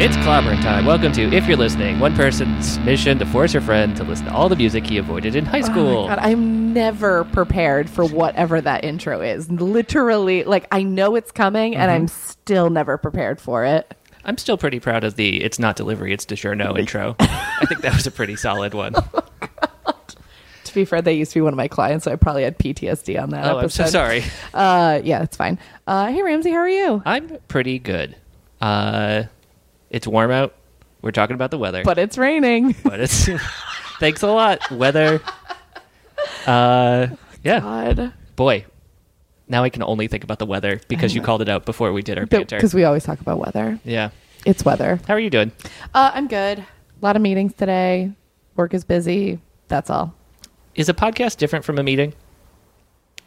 It's clobbering time. Welcome to If You're Listening, one person's mission to force her friend to listen to all the music he avoided in high Oh school. my God, I'm never prepared for whatever that intro is. Literally, like I know it's coming, and I'm Mm-hmm. still never prepared for it. I'm still pretty proud of the It's Not Delivery, It's DiGiorno intro. I think that was a pretty solid one. To be fair, they used to be one of my clients, so I probably had PTSD on that. Oh, I'm episode. so sorry. Uh, yeah, it's fine. Uh, hey Ramsey, how are you? I'm pretty good. Uh, it's warm out. We're talking about the weather. But it's raining. but it's. thanks a lot, weather. Uh, yeah. God, Boy, now I can only think about the weather because you called it out before we did our banter. because we always talk about weather. Yeah. It's weather. How are you doing? Uh, I'm good. A lot of meetings today. Work is busy. That's all. Is a podcast different from a meeting?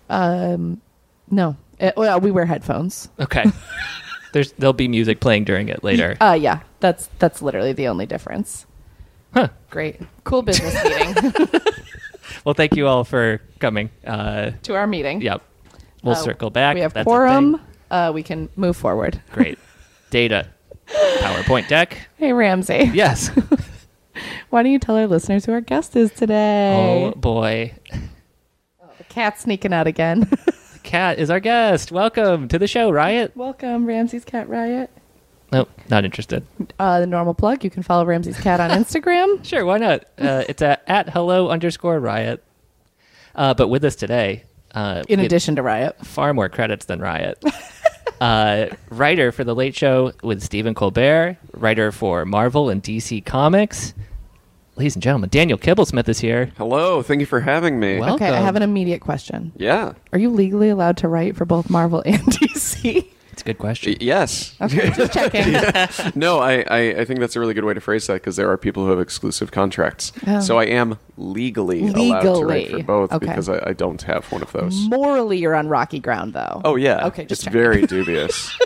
Um, No, Uh well, we wear headphones. Okay. Oh. There's there'll be music playing during it later. Uh, yeah, that's that's literally the only difference. Huh. Great, cool business meeting Well, thank you all for coming. Uh, to our meeting. yep. We'll Uh, circle back. We have That's a quorum. thing. Uh, we can move forward. Great. Data. PowerPoint deck. Hey Ramsey, Yes. why don't you tell our listeners who our guest is today? Oh boy. The cat's sneaking out again. The cat is our guest. Welcome to the show, Riot. Welcome, Ramsey's Cat Riot. Nope, not interested. Uh, the normal plug. You can follow Ramsey's Cat on Instagram. Sure, why not? Uh, it's at, at hello underscore riot. Uh, but with us today, uh, In we have addition to Riot, far more credits than Riot. uh, writer for The Late Show with Stephen Colbert, writer for Marvel and DC Comics. Ladies and gentlemen, Daniel Kibblesmith is here. Hello, thank you for having me. Well- okay, I Welcome. have an immediate question. yeah. Are you legally allowed to write for both Marvel and DC? It's a good question. Y- Yes. Okay, just checking. No, I, I, I think that's a really good way to phrase that because there are people who have exclusive contracts. Oh. So I am legally, allowed to write Legally. for both Okay. because I, I don't have one of those. Morally, you're on rocky ground, though. Oh, yeah. Okay, just It's checking. very dubious.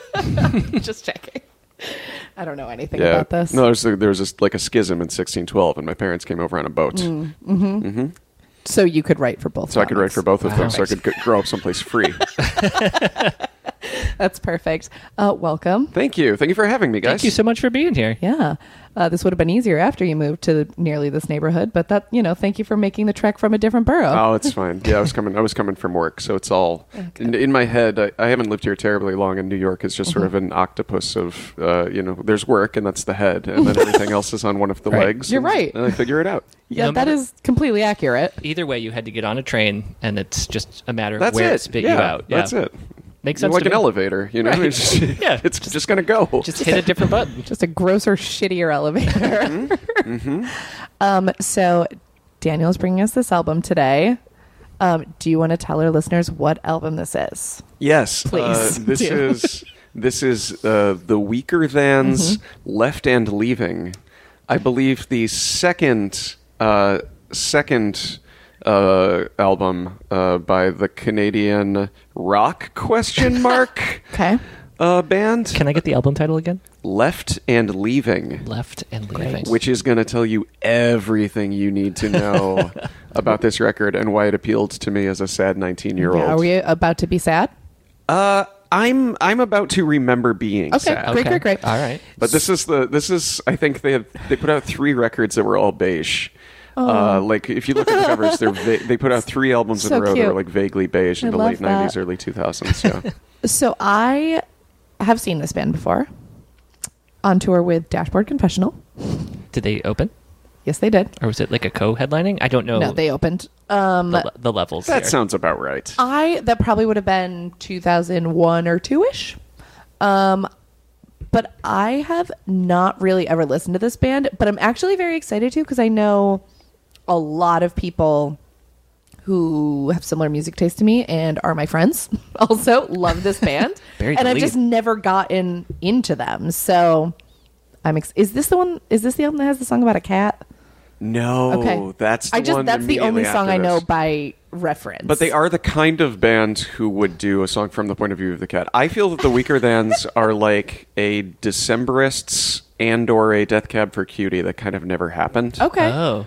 just checking. I don't know anything yeah. about this. No, there's, a, there was this, like a schism in 1612, and my parents came over on a boat. Mm. So you could write for both. So I could write comics. for both of them so I could g- grow up someplace free. That's perfect. Uh, welcome. Thank you. Thank you for having me, guys. Thank you so much for being here. Yeah, uh, this would have been easier after you moved to nearly this neighborhood, but that you know, thank you for making the trek from a different borough. Oh, it's fine. Yeah, I was coming. I was coming from work, so it's all in, in my head. I, I haven't lived here terribly long, and New York is just sort of Mm-hmm. an octopus of, uh, you know, there's work, and that's the head, and then everything else is on one of the Right. legs. You're and- right. And I figure it out. yeah, No that matter- is completely accurate. Either way, you had to get on a train, and it's just a matter of That's where it. it spit yeah, you out. Yeah. That's it. Makes You're sense Like to an me. elevator, you know. Right. It's just, Yeah. it's just, gonna go. Just hit a different button. Just a grosser, shittier elevator. Mm-hmm. um, so Daniel's bringing us this album today. Um, do you want to tell our listeners what album this is? yes, Please, Uh, this do. is this is uh, the weaker than's Mm-hmm. left and leaving. I believe the second uh, second uh, album uh, by the Canadian rock question mark Okay. uh, band Can I get the album title again? left and leaving. Left and Leaving. which is going to tell you everything you need to know about this record and why it appealed to me as a sad 19 year Are old. we about to be sad? Uh, I'm I'm about to remember being Okay, sad. great, great, great. All right. But this is the this is I think they have, they put out three records that were all beige. Uh, like if you look at the covers, they're va- they put out three albums Oh. So in a row cute. that were like vaguely beige in I the love late '90s, that. early 2000s. Yeah. So I have seen this band before on tour with Dashboard Confessional. Did they open? Yes, they did. Or was it like a co-headlining? I Oh. don't know No, they opened. Um, the, le- the levels that here. sounds about right. I that probably would have been 2001 or two ish. Um, but I have not really ever listened to this band, but I'm actually very excited to because I know a lot of people who have similar music taste to me and are my friends also love this band Buried and the I've just lead. never gotten into them so I'm ex- is this the one is this the album that has the song about a cat No, okay Oh, that's the I just one that's the only immediately song after I know this. by reference But they are the kind of band who would do a song from the point of view of the cat. I feel that the Weaker Thans are like a Decemberists and or a Death Cab for Cutie that kind of never happened. okay Oh.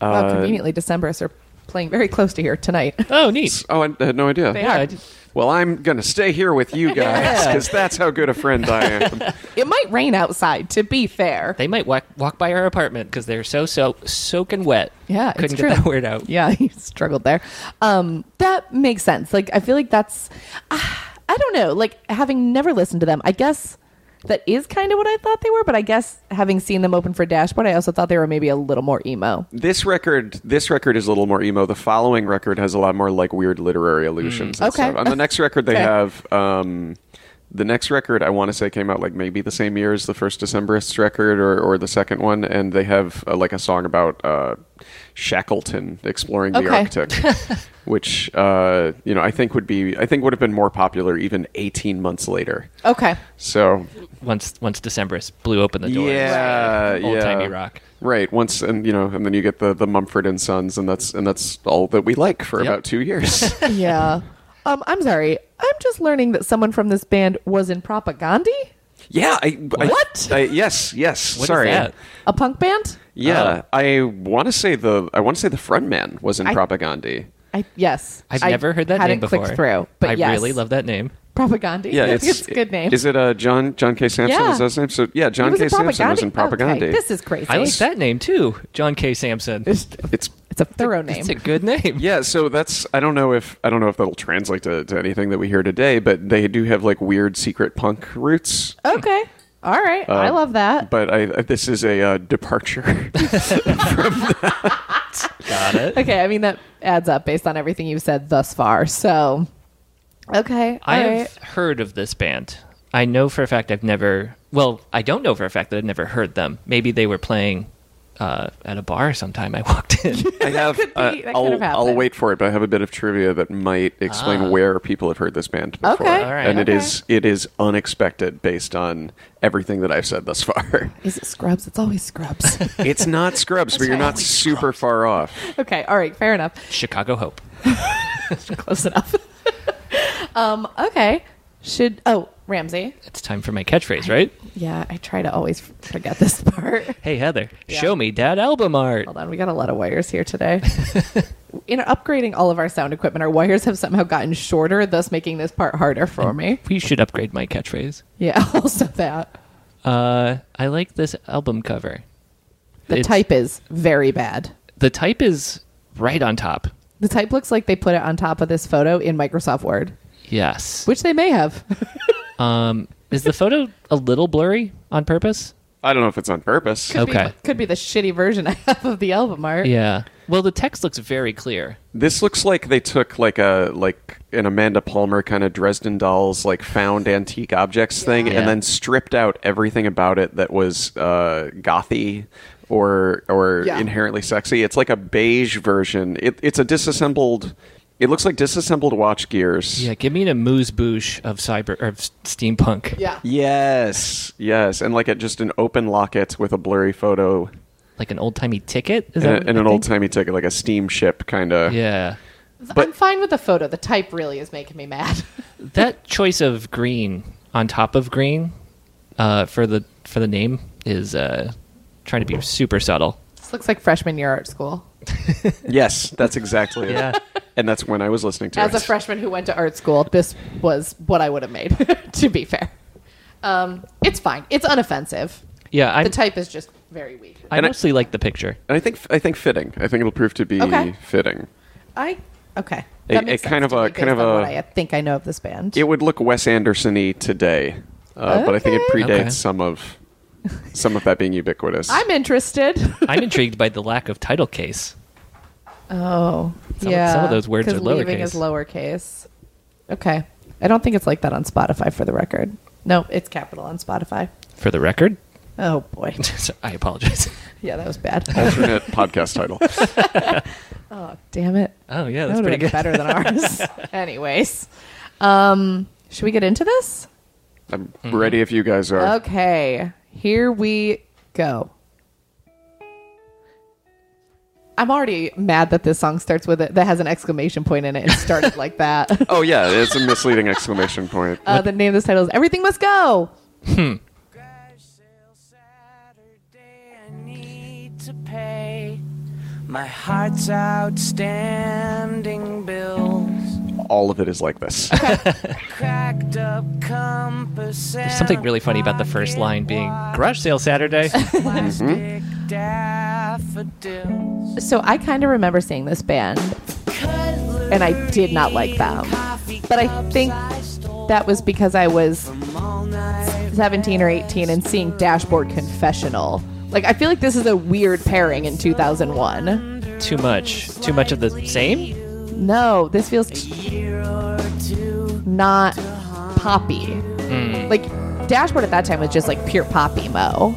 Wow, conveniently, Decemberists are playing very close to here tonight. Oh, neat. Oh, I had no idea. They are. I did- Well, I'm going to stay here with you guys because that's how good a friend I am. It might rain outside, to be fair. They might walk, walk by our apartment because they're so so soaking wet. Yeah, couldn't it's get true. that word out. Yeah, he struggled there. Um, that makes sense. Like, I feel like that's, ah, I don't know. Like, having never listened to them, I guess that is kind of what I thought they were. But I guess having seen them open for Dashboard, I also thought they were maybe a little more emo. This record, this record is a little more emo. The following record has a lot more like weird literary allusions. and Mm. Okay. stuff. On the next record, they Okay. have um, the next record. I want to say came out like maybe the same year as the first Decemberists record or, or the second one, and they have uh, like a song about uh, Shackleton exploring the Okay. Arctic, which uh, you know I think would be I think would have been more popular even 18 months later. Okay. So Once once Decemberists blew open the doors. yeah, yeah. Old timey rock. Right. Once and you know, and then you get the the Mumford and Sons, and that's and that's all that we like for Yep. about two years. Yeah. Um, I'm sorry. I'm just learning that someone from this band was in Propaganda, yeah. I, I- What? I- yes. Yes. What is sorry. that? Oh. a punk band. Yeah. I want to say the I want to say the frontman was in I- Propaganda. I yes. I've I never heard that hadn't name before. clicked through, but I yes. really love that name. Propaganda. Yeah, it's, it's a good name. Is it uh, John John K. Sampson? Yeah. Is that his name? So yeah, He John was K. in Sampson was in Propaganda? Propaganda. Okay, This is crazy. I like that name too, John K. Sampson. It's, It's it's a thorough name. It's a good name. Yeah, so that's I don't know if I don't know if that'll translate to, to anything that we hear today, but they do have like weird secret punk roots. Okay. All right. I Uh, love that. But I, I- this is a uh, departure. Got it. Okay. I mean, that adds up based on everything you've said thus far. So, okay. all I have right. heard of this band. I know for a fact I've never. Well, I don't know for a fact that I've never heard them. Maybe they were playing uh, at a bar sometime. I walked in. I have. could be- uh, that could have I'll, I'll happened. Ah. wait for it, but I have a bit of trivia that might explain where people have heard this band before. Okay. All right. And Okay. it is it is unexpected based on everything that I've said thus far. Is it Scrubs? It's always Scrubs. it's not Scrubs, but you're right. not super far off. okay. All right. Fair enough. Chicago Hope. Close enough. um, okay. Should, oh, Ramsey. It's time for my catchphrase, right? Yeah. I try to always forget this part. Hey Heather, Yeah. show me that album art. Hold on, we got a lot of wires here today. In upgrading all of our sound equipment, our wires have somehow gotten shorter, thus making this part harder for me. We should upgrade my catchphrase. Yeah, also that. Uh, I like this album cover. The It's- type is very bad. The type is right on top. The type looks like they put it on top of this photo in Microsoft Word, Yes. which they may have. Um, is the photo a little blurry on purpose? I don't know if it's on purpose. Could- Okay. Be- could be the shitty version I have of the album art. Yeah. Well, the text looks very clear. This looks like they took like a like an Amanda Palmer kind of Dresden Dolls like found antique objects thing, Yeah. and then stripped out everything about it that was uh, gothy or or Yeah. inherently sexy. It's like a beige version. It, it's a disassembled. It looks like disassembled watch gears. Yeah, give me an amuse bouche of cyber or of s- steampunk. Yeah. Yes, yes, and like a, just an open locket with a blurry photo Like an old timey ticket? Is and, a- what and I an think? old timey ticket, like a steamship kind of. Yeah. I'm But- fine with the photo. The type really is making me mad. That choice of green on top of green, uh, for the for the name is uh trying to be super subtle. this looks like freshman year art school. Yes, that's exactly it. Yeah. And that's when I was listening to As it. a freshman who went to art school, this was what I would have made, to be fair. Um, it's fine. It's unoffensive. Yeah, I'm, the type is just very weak. I And I- mostly like the picture. And I think I think fitting. I think it'll prove to be Okay. fitting. I okay. A- That makes a kind sense to of a- me kind based of on what a- I think I know of this band. It would look Wes Anderson-y today, uh, but I think it Okay. predates Okay. some of some of that being ubiquitous. I'm interested. I'm intrigued by the lack of title case. oh, Some- yeah. some of those words 'Cause are lowercase. Leaving is lowercase. Okay. I don't think it's like that on Spotify for the record. No, it's capital on Spotify. For the record, Oh boy. So- I apologize. Yeah, that was bad. alternate podcast title. Damn it. Oh yeah, That that's would pretty have been good. better than ours. Anyways, um, should we get into this? I'm ready if you guys are. Okay, here we go. I'm already mad that this song starts with it that has an exclamation point in it and started like that. Oh yeah, it's a misleading exclamation point. Uh, the name of this title is Everything Must Go. Garage sale Saturday, I need to pay my heart's outstanding bills. all of it is like this. Cracked up compass. There's something really funny about the first line being garage sale Saturday. Plastic daffodils. So I kind of remember seeing this band, and I did not like them. But I think that was because I was 17 or 18 and seeing Dashboard Confessional. Like, I feel like this is a weird pairing in 2001. too much. Too much of the same? No, this feels t- not poppy. Hmm. Like, Dashboard at that time was just like pure pop emo.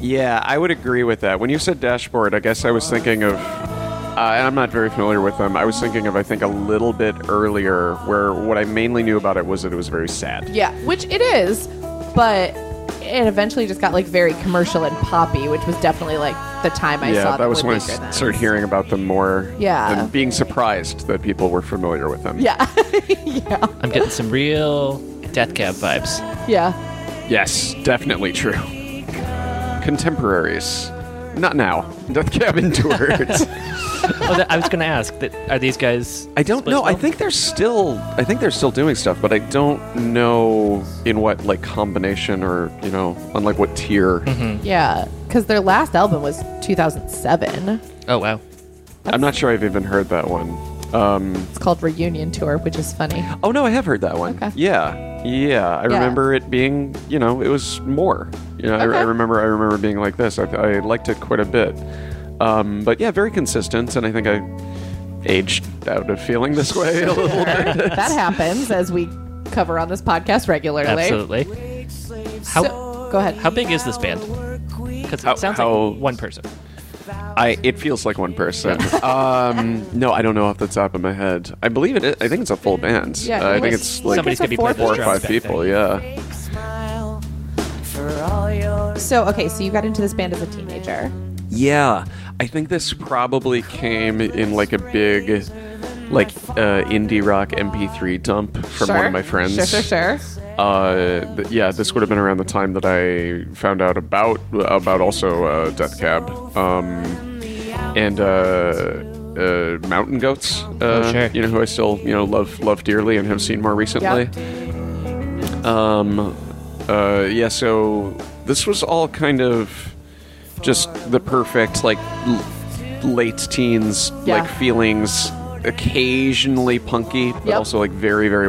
Yeah, I would agree with that. When you said dashboard, I guess I was thinking of, uh, and I'm not very familiar with them. I was thinking of, I think, a little bit earlier, where what I mainly knew about it was that it was very sad. Yeah, which it is, but it eventually just got like very commercial and poppy, which was definitely like the time I saw yeah, that them was with when I Weaker Than. s- started hearing about them more. Yeah. and being surprised that people were familiar with them. Yeah, yeah, I'm getting some real Death Cab vibes. yeah. Yes, definitely true. Contemporaries, not now. Death Cab endured. Oh, that, I was going to ask, that, are these guys. I don't split know. I still? think they're still. I think they're still doing stuff, but I don't know in what like combination or you know, on like what tier. Mm-hmm. Yeah, because their last album was 2007. Oh, wow. I'm not sure I've even heard that one. Um, It's called Reunion Tour, which is funny. oh no, I have heard that one. Okay. Yeah, yeah. I Yeah. remember it being. You know, it was more. You know, I, I Okay. remember. I remember being like this. I, I liked it quite a bit. Um, but yeah, very consistent, and I think I aged out of feeling this way a little bit. that happens as we cover on this podcast regularly. Absolutely. How, So- go ahead. how big is this band? Because it How- sounds how- like one person. I it feels like one person. um, no, I don't know off the top of my head. I believe it. Is, I think it's a full band. Yeah, Uh, I it think was- it's like Somebody's it's a going to be playing four or the drums five back people. there. Yeah. Smile for all your So, okay, so you got into this band as a teenager. Yeah, I think this probably came in like a big, like uh, indie rock MP3 dump from one Sure. of my friends. Sure, sure, sure. Uh, th- yeah, this would have been around the time that I found out about about also uh, Death Cab um, and uh, uh, Mountain Goats. Uh, sure. You know who I still you know love love dearly and have seen more recently. Um, uh, yeah. So this was all kind of just the perfect like l- late teens Yeah. like feelings. Occasionally punky, but Yep. also like very, very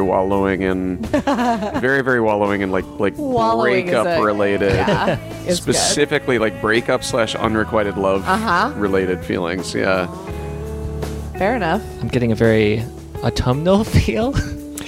wallowing in very very wallowing and like like Wallowing is breakup a- related Yeah, it's good. specifically like breakup slash unrequited love Uh-huh. related feelings yeah Fair enough. I'm getting a very autumnal feel.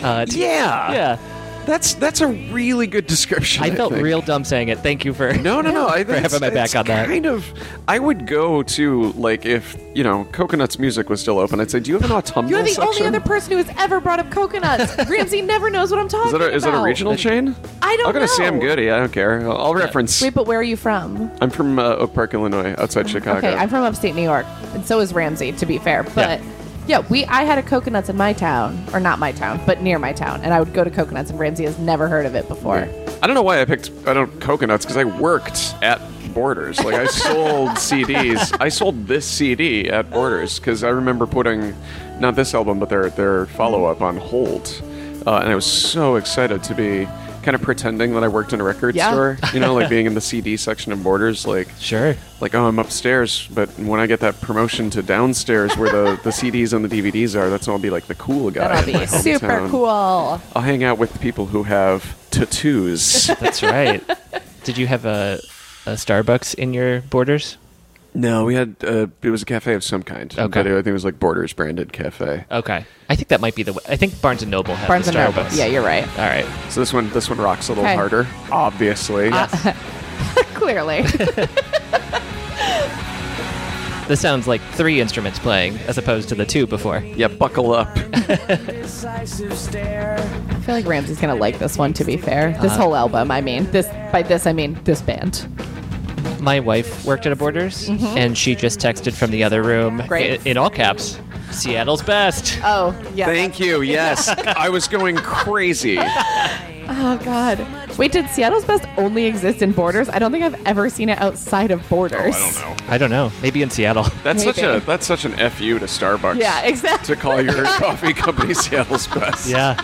Uh, to- yeah Yeah. that's that's a really good description I i, felt think. real dumb saying it. Thank you for. no no no i think For having it's- my back it's on that. kind of i would go to like if you know coconuts music was still open i'd say do you have an autumnal You're the section? only other person who has ever brought up coconuts. Ramsey never knows what I'm talking is that, a, about. is that a regional chain? I don't I'll go know. to Sam Goody. I don't care. I'll, I'll reference. Wait, but where are you from? I'm from uh, Oak Park, Illinois, outside Chicago. Oh, Okay, I'm from upstate New York, and so is Ramsey, to be fair. But Yeah. yeah. we I had a coconuts in my town, or not my town, but near my town, and I would go to coconuts, and Ramsey has never heard of it before. I don't know why I picked I don't coconuts because I worked at Borders. Like I sold CDs. I sold this CD at Borders because I remember putting not this album but their their follow up on hold, uh, and I was so excited to be kind of pretending that I worked in a record Yeah. store. You know, like being in the CD section of Borders. Like Sure. like oh I'm upstairs, but when I get that promotion to downstairs where the the CDs and the DVDs are, that's when I'll be like the cool guy. That'll in my be super hometown. cool. I'll hang out with people who have tattoos. That's right. Did you have a, a Starbucks in your borders? No, we had uh, it was a cafe of some kind. Okay. But it- I think it was like Borders branded cafe. Okay. I think that might be the way. I think Barnes and Noble has Barnes the and Starbucks. Noble. Yeah, you're right. All right. So this one this one rocks a little Okay. Uh, harder, obviously. Clearly, This sounds like three instruments playing as opposed to the two before. yeah, buckle up. decisive stare. I feel like Ramsey's gonna like this one. To be fair, this whole album. I mean, this by this I mean this band. My wife worked at a Borders, and she just texted from the other room Great. i- in all caps Seattle's best. Oh yeah. Thank you. Yes, I was going crazy. oh God. Wait, did Seattle's Best only exist in Borders? I don't think I've ever seen it outside of Borders. I don't know. I don't know. Maybe in Seattle. That's such Maybe. a that's such an fu to Starbucks. Yeah, exactly. To call your coffee company Seattle's Best. yeah.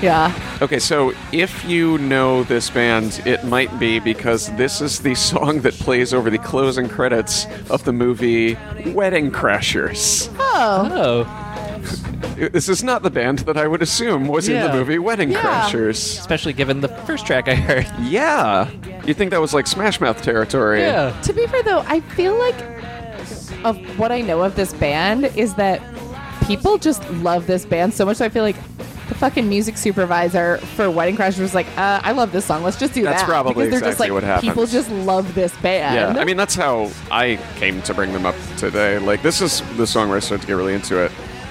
Yeah. Okay, so if you know this band, it might be because this is the song that plays over the closing credits of the movie Wedding Crashers. Oh, Oh. This is not the band that I would assume was in Yeah. the movie Wedding Yeah. Crashers. Especially given the first track I heard. Yeah. You think that was like Smash Mouth territory? Yeah. to be fair though, I feel like of what I know of this band is that people just love this band so much. So I feel like the fucking music supervisor for Wedding Crashers was like, uh, "I love this song. Let's just do That's that." probably because they're just exactly like what happened. people just love this band. Yeah, I mean that's how I came to bring them up today. Like this is the song where I started to get really into it.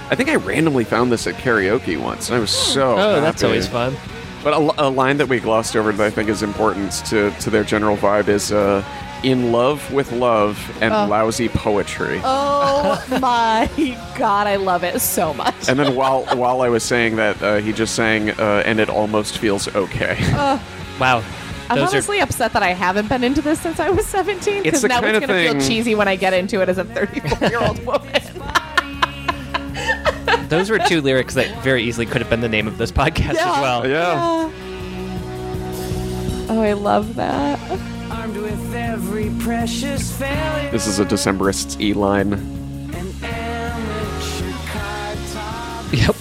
I think I randomly found this at karaoke once, and I was so. Oh, that's happy. always fun. But a, li- a line that we glossed over that I think is important to, to their general vibe is uh, "in love with love and Oh. lousy poetry." Oh my god, I love it so much. And then while while I was saying that, uh, he just sang uh, "and it almost feels okay." Oh. Wow. I'm Those honestly upset that I haven't been into this since I was 17 It's because the now kind it's of going to feel thing- cheesy when I get into it as a 34 year old woman. are those were two lyrics that very easily could have been the name of this podcast as Yeah. well. yeah. Oh, I love that. Armed with every precious failure This is a Decemberist's E line. and amateur card talk. Yep.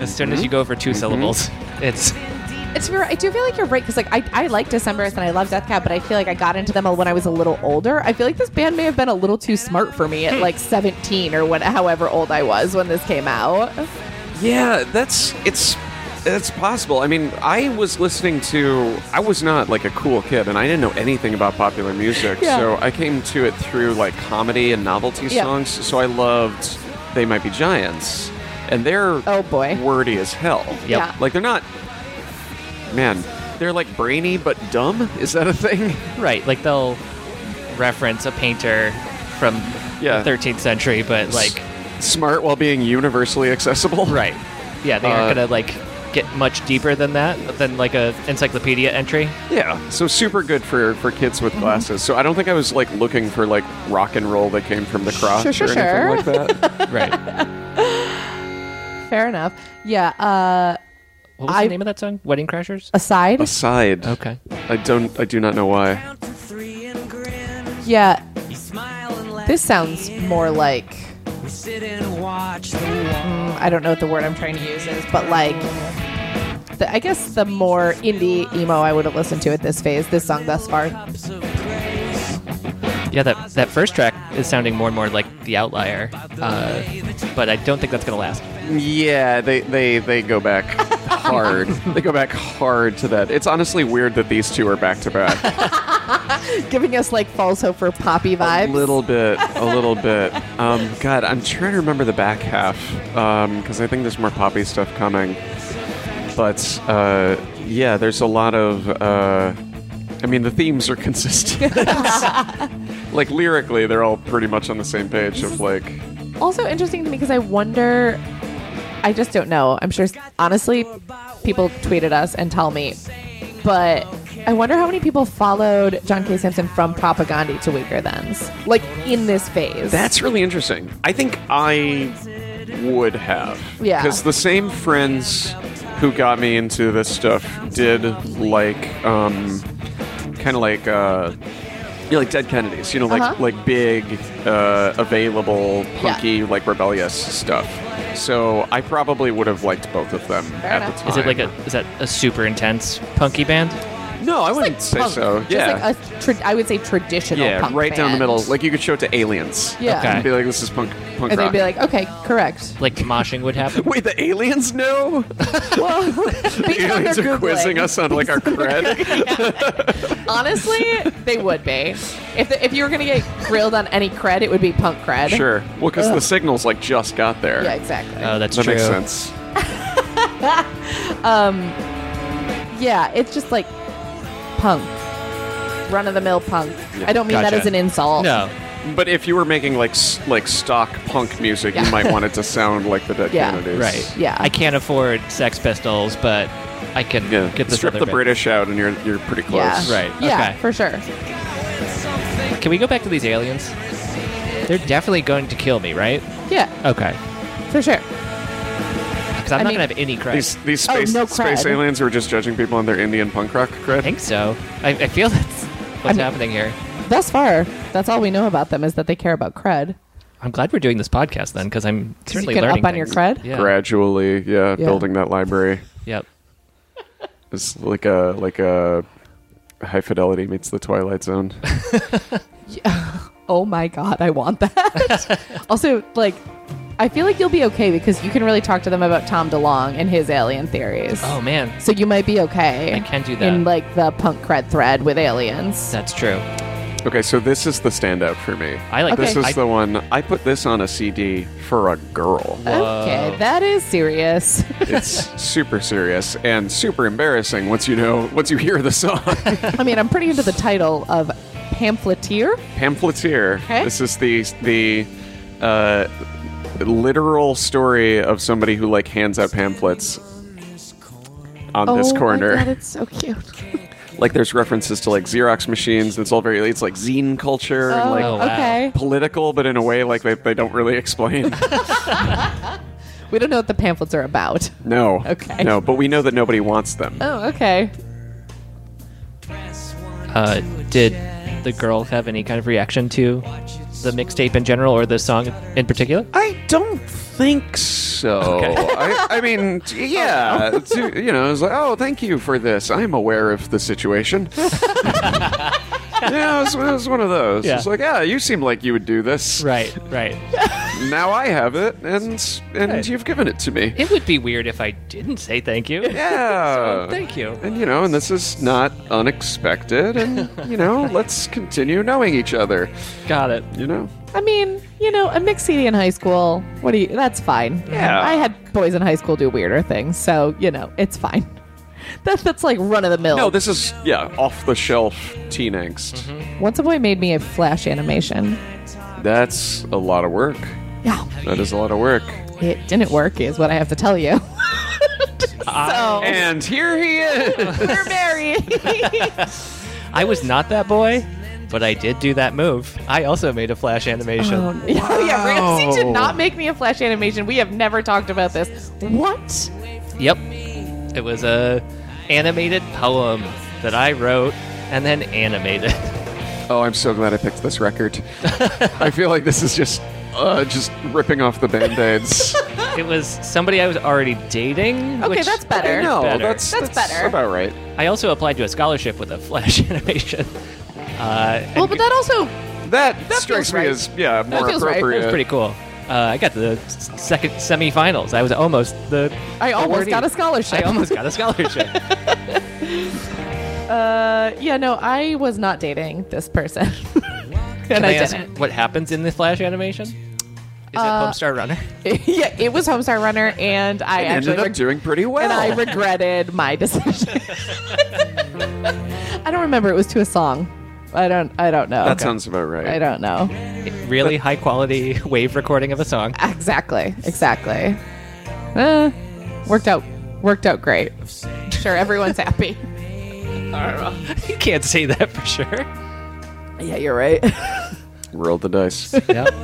As soon as you go for 2 syllables, it's It's fair. I do feel like you're right because like I, I like Decemberists and I love Death Cab, but I feel like I got into them when I was a little older. I feel like this band may have been a little too smart for me at Hmm. like 17 or when however old I was when this came out. Yeah, that's it's it's possible. I mean, I was listening to I was not like a cool kid and I didn't know anything about popular music. Yeah. So I came to it through like comedy and novelty Yeah. songs. So I loved They Might Be Giants. And they're Oh, boy. wordy as hell. Yeah. Like they're not man, they're like brainy but dumb. Is that a thing? right. Like they'll reference a painter from Yeah. the 13th century, but like S- smart while being universally accessible. right. Yeah, they Uh, aren't gonna like get much deeper than that than like a encyclopedia entry. Yeah, so super good for for kids Mm-hmm. with glasses. So I don't think I was like looking for like rock and roll that came from the cross Sure, sure, or sure. anything like that. Right. Fair enough. Yeah. Uh, What was I- Uh, the name of that song? Wedding Crashers? aside. Aside, Okay. I don't, I do not know why. Count to three and grin. Yeah. Smile and let This sounds me in. more like Sit and watch the wall. I don't know what the word I'm trying to use is, but like, the, I guess the more indie emo I would have listened to at this phase, this song thus far. cups of grace. Yeah, that that first track is sounding more and more like the outlier, uh, but I don't think that's gonna last. Yeah, they they they go back hard. they go back hard to that. It's honestly weird that these two are back to back. Giving us like false hope for poppy A vibes. little bit, a little bit. Um, God, I'm trying to remember the back half because I think there's more poppy stuff coming. But uh, yeah, there's a lot of. Uh, I mean, the themes are consistent. like lyrically, they're all pretty much on the same page of like. Also interesting to me because I wonder. I just don't know. I'm sure, honestly, people tweeted us and tell me, but I wonder how many people followed John K. Simpson from Propaganda to Weaker Thens, like in this phase. That's really interesting. I think I would have. Yeah. Because the same friends who got me into this stuff did like, um, kind of like, uh, you know, like Dead Kennedys, you know, like Uh-huh. like big, uh, available, punky, like rebellious stuff. So I probably would have liked both of them Fair at enough. the time. Is it like a is that a super intense punky band? No, I Just wouldn't like say punk. so. Just Yeah. like a tra- I would say traditional. yeah, punk right down the band. middle. Like you could show it to aliens. Yeah. Okay. And be like, this is punk punk and rock. they'd be like, okay, correct. Like moshing would happen. Wait, the aliens know? Well, The aliens are quizzing us on like our cred. Honestly, they would be. If the, if you were gonna get grilled on any cred, it would be punk cred. sure. Well, because the signals like just got there. Yeah, exactly. Oh, that's that true. makes sense. yeah, it's just like punk, run of the mill punk. Yeah. I don't mean that Gotcha. as an insult. No, But if you were making like s- like stock punk music, Yeah. you might want it to sound like the Dead Yeah. Kennedys. right? Yeah. I can't afford Sex Pistols, but I can Yeah, get this strip other the bit. British out, and you're you're pretty close. Yeah. Right, Yeah, okay. for sure. Can we go back to these aliens? They're definitely going to kill me, right? Yeah, Okay. for sure. Because I'm I not mean- going to have any credit. These these Oh, space no space cred. aliens who are just judging people on their Indian punk rock I cred. think so. I, I feel that's what's mean- happening here. Thus far, that's all we know about them is that they care about cred. I'm glad we're doing this podcast then, because I'm you certainly can learning up on your things. cred? Yeah. Gradually, yeah, building that library. Yep. It's like a like a high fidelity meets the Twilight Zone. Oh my god, I want that. also, like, I feel like you'll be okay because you can really talk to them about Tom DeLong and his alien theories. Oh man, So you might be okay. I can do that. In like the punk cred thread with aliens. that's true. Okay, so this is the standout for me. I like This Okay. is I- the one I put this on a CD for a girl. Whoa. Okay, that is serious. It's super serious and super embarrassing once you know once you hear the song. I mean, I'm pretty into the title of pamphleteer. Pamphleteer. Okay. This is the the uh, literal story of somebody who like hands out pamphlets on this corner. Oh My God, it's so cute. Like there's references to like Xerox machines. It's all very it's like zine culture and Oh, like Oh, wow. okay. political, but in a way like they, they don't really explain. We don't know what the pamphlets are about. no. Okay. No, but we know that nobody wants them. Oh, okay. Uh, did the girl have any kind of reaction to the mixtape in general or the song in particular? I don't think so. I, I mean, t- yeah, it's, you know, it's like, oh, thank you for this. I'm aware of the situation. yeah, it was, it was one of those. Yeah. It's like, yeah, you seem like you would do this. Right, right. Now I have it, and and Right. you've given it to me. It would be weird if I didn't say thank you. Yeah. Thank you. And you know, and this is not unexpected. And you know, let's continue knowing each other. Got it. You know. I mean, you know, a mixed CD in high school. What do you? That's fine. Yeah. I had boys in high school do weirder things, so you know, it's fine. That, that's like run of the mill. No, this is yeah, off the shelf teen angst. Mm-hmm. Once a boy made me a flash animation. That's a lot of work. Yeah, That is a lot of work. it didn't work, is what I have to tell you. so And here he is. we're married. I was not that boy, but I did do that move. I also made a flash animation. Oh, yeah, Ramsey did Wow. not make me a flash animation. We have never talked about this. What? Yep. It was a animated poem that I wrote and then animated. oh, I'm so glad I picked this record. I feel like this is just uh, just ripping off the band-aids. it was somebody I was already dating. Okay, which- that's better. I know, Better. that's, That's better. about right. I also applied to a scholarship with a flash animation. Uh, and Well, but that also That, feels strikes me right. as yeah, more feels right. That appropriate. was pretty cool. Uh, I got the s- second semifinals. I was almost the. I the almost awardee. got a scholarship. I almost got a scholarship. Uh, yeah, no, I was not dating this person. Can and I, I ask didn't. what happens in the flash animation? Is Uh, it Homestar Runner? yeah, it was Homestar Runner, and I It actually ended up reg- doing pretty well. and I regretted my decision. I don't remember. It was to a song. I don't. I don't know. that sounds about right. I don't know. Really high quality wave recording of a song. Exactly. Exactly. Uh, worked out. Worked out great. Sure, everyone's happy. you can't say that for sure. Yeah, you're right. Roll the dice. Yep.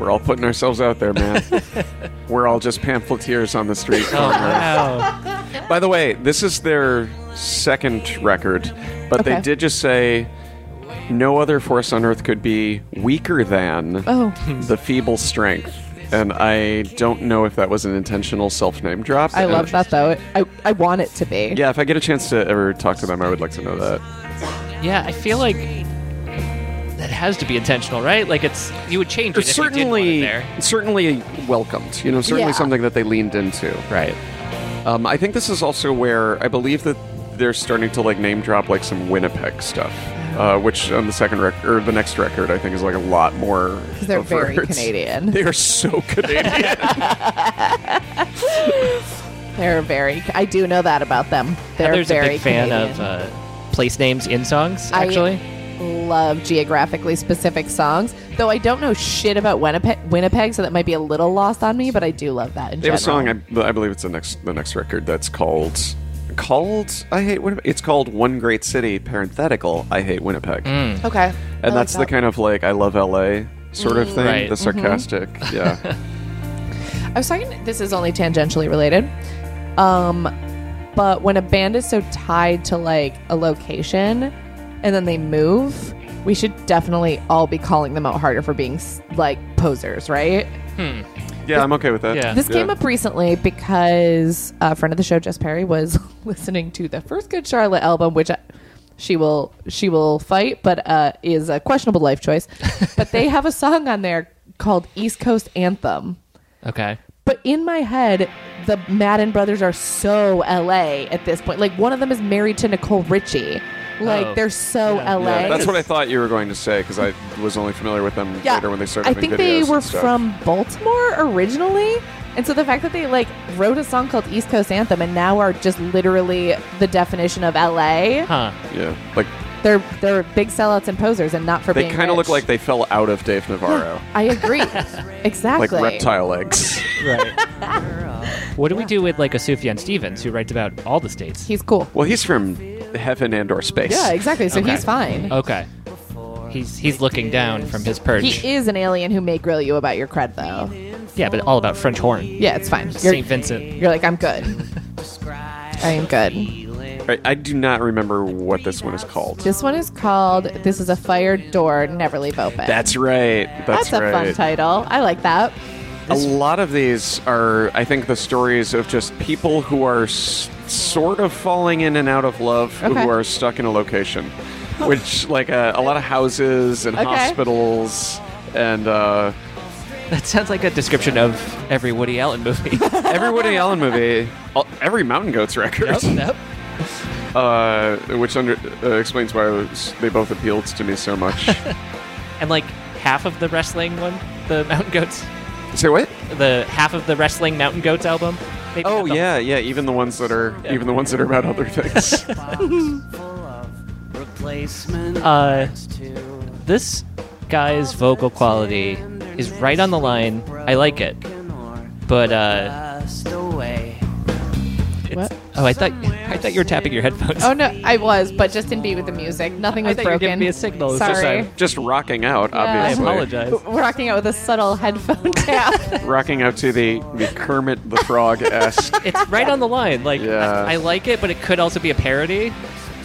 We're all putting ourselves out there, man. We're all just pamphleteers on the street. Oh, wow. By the way, this is their second record, but they Okay. did just say no other force on earth could be weaker than Oh, the feeble strength. And I don't know if that was an intentional self name drop. I And- love that though. I I want it to be. Yeah, if I get a chance to ever talk to them, I would like to know that. Yeah, I feel like that has to be intentional, right? Like it's you would change it if you certainly, did want it certainly welcomed. You know, Yeah. certainly something that they leaned into. there. Right. Um, I think this is also where I believe that they're starting to like name drop like some Winnipeg stuff, uh, which on the second record or the next record I think is like a lot more. Because they're very Canadian. They are so Canadian. They're very. I do know that about them. They're Heather's very a big fan Canadian. of uh, place names in songs, I- actually. Love geographically specific songs. Though I don't know shit about Winnipeg, Winnipeg, so that might be a little lost on me, but I do love that. In They have a song. general. I, I believe it's the next the next record that's called called I hate Winnipeg. It's called One Great City parenthetical I hate Mm. Winnipeg, okay, and that's the kind of like I love L.A. sort Mm. of thing. Right. The Mm-hmm. sarcastic, yeah. I was talking. This is only tangentially related, um, but when a band is so tied to like a location, and then they move, we should definitely all be calling them out harder for being s- like posers, right? Yeah, I'm okay with that. Yeah. This came up recently because a friend of the show, Jess Perry, was listening to the first Good Charlotte album, which I, she will she will fight, but uh, is a questionable life choice. but they have a song on there called East Coast Anthem. Okay. But in my head, the Madden brothers are so LA at this point. Like one of them is married to Nicole Richie. Like Oh. they're so Yeah. LA. Yeah, that's what I thought you were going to say because I was only familiar with them Yeah. later when they started. I doing think they videos were and stuff. from Baltimore originally. And so the fact that they like wrote a song called East Coast Anthem and now are just literally the definition of LA, Huh. Yeah, like they're they're big sellouts and posers and not for they being kind of look rich. like they fell out of Dave Navarro, I agree. exactly. like reptile legs. Right. what do we do with like a Sufjan Stevens who writes about all the states? He's cool. Well, he's from heaven and or space. Yeah, exactly. So Okay. he's fine. Okay. He's he's looking down from his perch. He is an alien who may grill you about your cred though. yeah, but all about French horn. Yeah, it's fine. You're, St. Vincent. you're like, I'm good. I am good. Right, I do not remember what this one is called. This one is called This is a Fire Door, Never Leave Open. That's right. That's, That's a right. fun title. I like that. A lot of these are, I think, the stories of just people who are s- sort of falling in and out of love, Okay. who are stuck in a location, which like uh, a lot of houses and Okay. hospitals and uh, That sounds like a description of every Woody Allen movie. every Woody Allen movie, all, every Mountain Goats record, uh, which under, uh, explains why I was- they both appealed to me so much. And like half of the wrestling one, the Mountain Goats, Say what? the half of the wrestling Mountain Goats album. Maybe Oh not the- yeah, yeah. Even the ones that are even the ones that are about other things. Replacement Uh, parts too. This guy's vocal quality is right on the line. I like it, Broken or but uh, Cast away. it's, What? oh, I thought I thought you were tapping your headphones. Oh, no, I was, but just in beat with the music. Nothing I was thought you were broken. giving me a signal. It's just Sorry. Just rocking out, I obviously. apologize. We're rocking out with a subtle headphone tap. Rocking out to the, the Kermit the Frog esque. It's right on the line. Like Yeah. I, I like it, but it could also be a parody.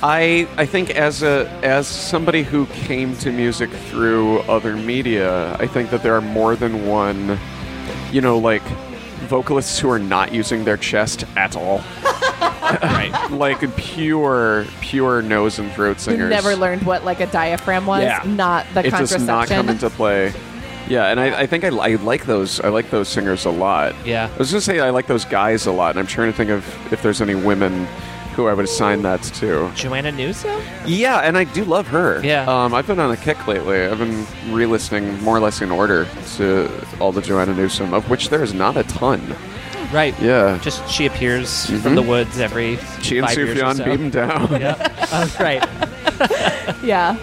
I I think as a as somebody who came to music through other media, I think that there are more than one, you know, like vocalists who are not using their chest at all, Right. like pure pure nose and throat You singers. never learned what like a diaphragm was. Yeah. Not the it does contraception. not come into play. Yeah, and I, I think I, li- I like those. I like those singers a lot. Yeah. I was gonna say I like those guys a lot, and I'm trying to think of if there's any women who I would assign that to. Joanna Newsom. Yeah, and I do love her. Yeah. Um, I've been on a kick lately. I've been re-listening more or less in order to all the Joanna Newsom, of which there is not a ton. Right. Yeah. Mm-hmm. Just she appears from the woods every. She and five years or Sufjan so. beat 'em down. Yeah. Oh, right. Yeah.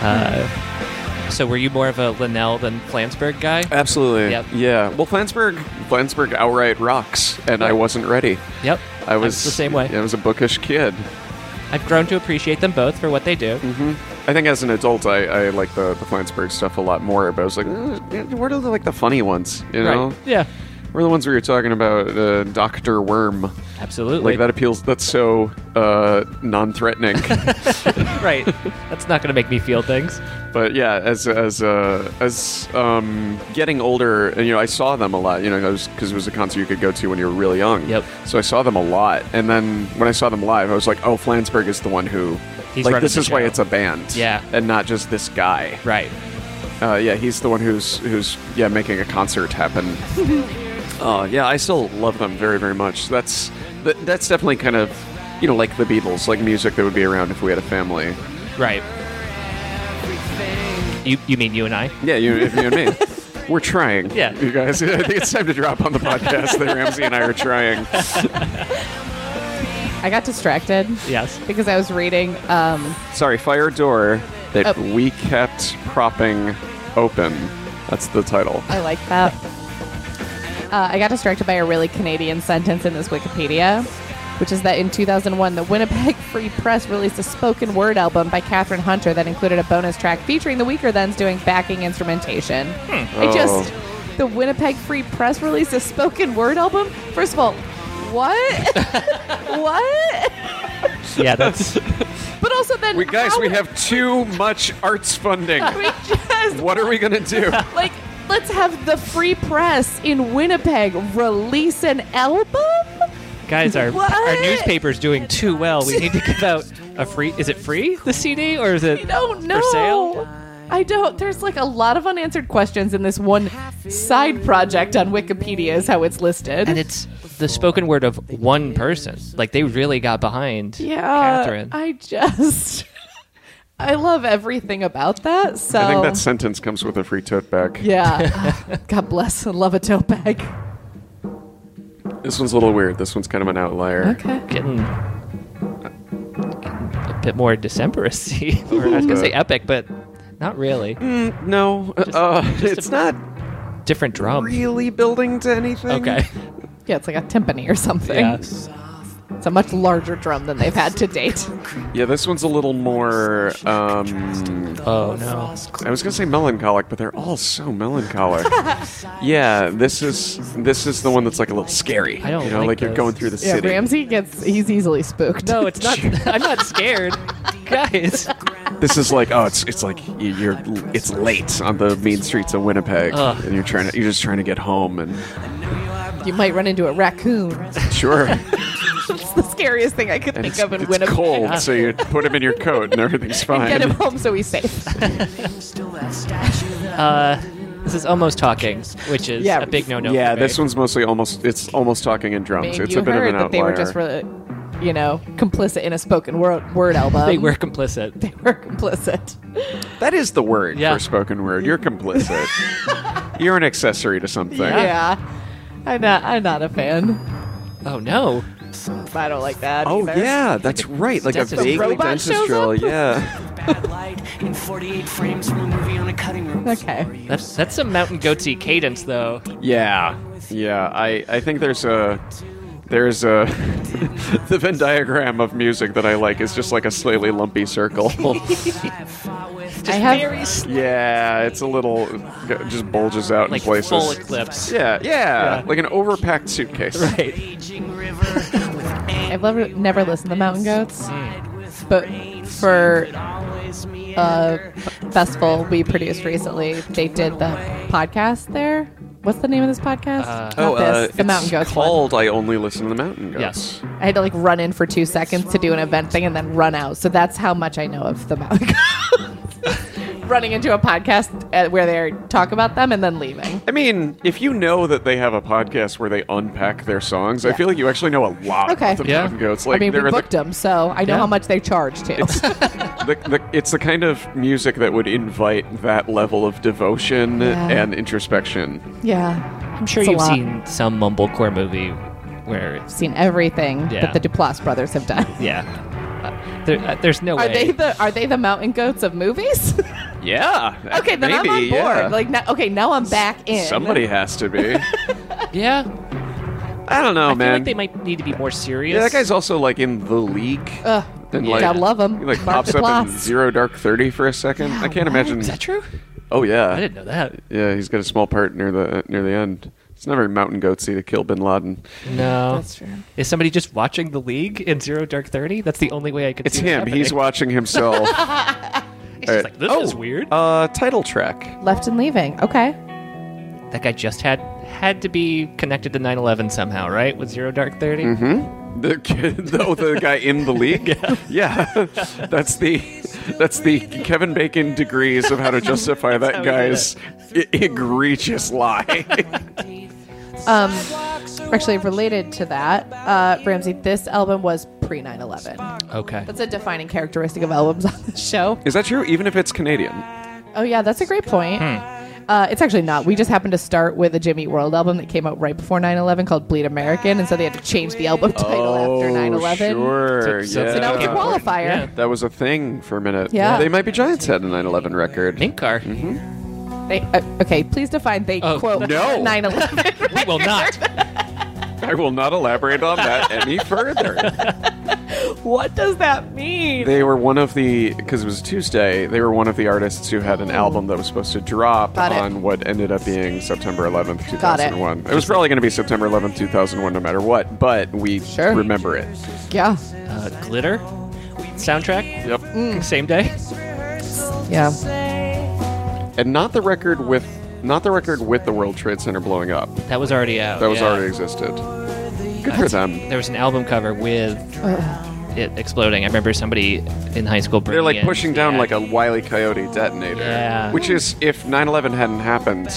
Uh, So were you more of a Linnell than Flansburgh guy? Uh, Absolutely. Yep. Yeah. Well, Flansburgh, Flansburgh outright rocks, and I wasn't ready. Yep. I was the same way. I was a bookish kid. I've grown to appreciate them both for what they do. Mm-hmm. I think as an adult, I, I like the, the Flansburgh stuff a lot more, but I was like, eh, where are the, like, the funny ones, you know? Right. Yeah. We're the ones where you're talking about uh, Dr. Worm. Absolutely. Like, that appeals, that's so uh, non threatening. right. That's not going to make me feel things. but yeah, as, as, uh, as um, getting older, and, you know, I saw them a lot, you know, because it was a concert you could go to when you were really young. Yep. So I saw them a lot. And then when I saw them live, I was like, oh, Flansburgh is the one who. He's like, running this the is why show. it's a band. Yeah. And not just this guy. Right. Uh, yeah, he's the one who's who's yeah making a concert happen. uh, yeah, I still love them very very much. That's that, that's definitely kind of you know like the Beatles, like music that would be around if we had a family. Right. You you mean you and I? Yeah, you, if you and me. We're trying. Yeah. You guys, I think it's time to drop on the podcast that Ramsey and I are trying. I got distracted Yes. because I was reading um, Sorry, Fire Door that Oh. we kept propping open. That's the title. I like that. Uh, I got distracted by a really Canadian sentence in this Wikipedia, which is that in 2001, the Winnipeg Free Press released a spoken word album by Catherine Hunter that included a bonus track featuring the Weaker Thens doing backing instrumentation. Hmm. I just. Oh. The Winnipeg Free Press released a spoken word album? First of all, what? what? Yeah, that's But also then. We guys, how- we have too much arts funding. We just. What are we gonna do? Like, let's have the Free Press in Winnipeg release an album? guys. Our What? our newspaper's doing too well. We need to give out a free. Is it free? The CD or is it I don't know. for sale? I don't. There's like a lot of unanswered questions in this one side project on Wikipedia, is how it's listed. And it's the spoken word of one person. Like they really got behind yeah, Catherine. I just, I love everything about that. So I think that sentence comes with a free tote bag. yeah. God bless and love a tote bag. This one's a little weird. This one's kind of an outlier. Okay. getting, getting a bit more Decemberisty. or I was gonna say epic, but not really. Mm. No, uh, it's not Different drum. really building to anything. Okay. Yeah, it's like a timpani or something. Yeah. It's a much larger drum than they've had to date. Yeah, this one's a little more. Um, Oh no. I was gonna say melancholic, but they're all so melancholic. yeah, this is this is the one that's like a little scary. I don't you know, like like, you're those. going through the Yeah, city. Ramsey gets, he's easily spooked. No, it's not. I'm not scared, guys. This is like oh, it's it's like you- you're it's late on the mean streets of Winnipeg, Ugh. and you're trying to you're just trying to get home and You might run into a raccoon. sure, and It's the scariest thing I could think it's, of in it's Winnipeg. cold, so you put him in your coat and everything's fine. Get him home so he's safe. Uh, this is almost talking, which is Yeah. a big no-no. yeah, for this me. one's mostly almost it's almost talking in drums. I mean, it's you a bit heard of an that they outlier. were just really, you know, complicit in a spoken word, word album. They were complicit. They were complicit. That is the word Yeah. for spoken word. You're complicit. You're an accessory to something. Yeah. I'm not. I'm not a fan. Oh no. I don't like that. Oh either. yeah, that's right. Like a Dentist- vaguely Robot shows dentist drill. up? Yeah. Bad light in 48 frames from a movie on a cutting room. Okay. floor. That's that's some mountain goatsy cadence though. Yeah. Yeah. I I think there's a there's a the Venn diagram of music that I like is just like a slightly lumpy circle. Just I have- very s- yeah, it's a little it just bulges out like in places. full eclipse. yeah, yeah, Yeah. like an overpacked suitcase. Right. Raging river with I've never, never listened to Mountain Goats, amplified with but rain. for Always me Uh, a festival we produced recently, they did the podcast there. What's the name of this podcast? Uh, Not this, the Oh, it's Mountain Goats one. called "I Only Listen to the Mountain Goats." Yes. I had to like run in for two seconds to do an event thing and then run out. So that's how much I know of the Mountain Goats. Running into a podcast uh, where they talk about them and then leaving. I mean, if you know that they have a podcast where they unpack their songs, I Yeah. feel like you actually know a lot Okay. about the Yeah. Mountain Goats. Like I mean, we they're booked the, them, so I know Yeah. how much they charge too. the, the, it's the kind of music that would invite that level of devotion Yeah. and introspection. yeah, I'm sure It's a you've lot. seen some mumblecore movie where it's, seen everything Yeah. that the Duplass brothers have done. yeah, uh, there, uh, there's no Are way. they the Are they the Mountain Goats of movies? Yeah. okay, then I'm on board. Like, now, okay, now I'm back in. somebody has to be. yeah. I don't know, I feel Oh, man. like they might need to be more serious. yeah, that guy's also like in the league. Ugh, and, gotta love him. He like Mark pops up in Duplass. Zero Dark Thirty for a second. Yeah, I can't what? imagine. Is that true? Oh I yeah, didn't know that. yeah. He's got a small part near the near the end. It's not very mountain goatsy to kill Bin Laden. No. That's true. Is somebody just watching the league in Zero Dark Thirty? That's the only way I could. It's see this him. He's happening. watching himself. He's just like, this is weird. Uh, title track. Left and leaving. Okay. that guy just had had to be connected to 9/11 somehow, right? With Zero Dark 30 Mm-hmm. The kid, the, oh, the guy in the league. Yeah, that's the that's the Kevin Bacon degrees of how to justify we that do guy's e- egregious lie. Um, actually, related to that, uh, Ramsey, this album was pre 9 11. Okay. That's a defining characteristic of albums on the show. is that true? Even if it's Canadian, Oh, yeah, that's a great point. Uh, it's actually not. We just happened to start with a Jimmy Eat World album that came out right before 9 11 called Bleed American, and so they had to change the album title after 9 11. Oh, Sure. So- so yeah. So now it's a Okay, important. qualifier. Yeah. That was a thing for a minute. Yeah. They Might Be Giants had a 9 11 record. Mink car. Mm-hmm. They, uh, okay, please define they Oh, quote no. 9 11. We will not. I will not elaborate on that any further. what does that mean? They were one of the, because it was Tuesday, they were one of the artists who had an album that was supposed to drop Mm. Got it. on what ended up being September 11th, Got it. 2001. It. was probably going to be September 11th, 2001, no matter what, but we Sure. remember it. yeah. Uh, glitter soundtrack. Yep. Same day. Yeah. And not the record with. Not the record with the World Trade Center blowing up. That was already out. That was yeah. already Um, existed. Good for them. There was an album cover with Uh, it exploding. I remember somebody in high school. They're bringing like in- pushing down yeah. like a wily coyote detonator. Yeah. Which is, if 9 11 hadn't happened,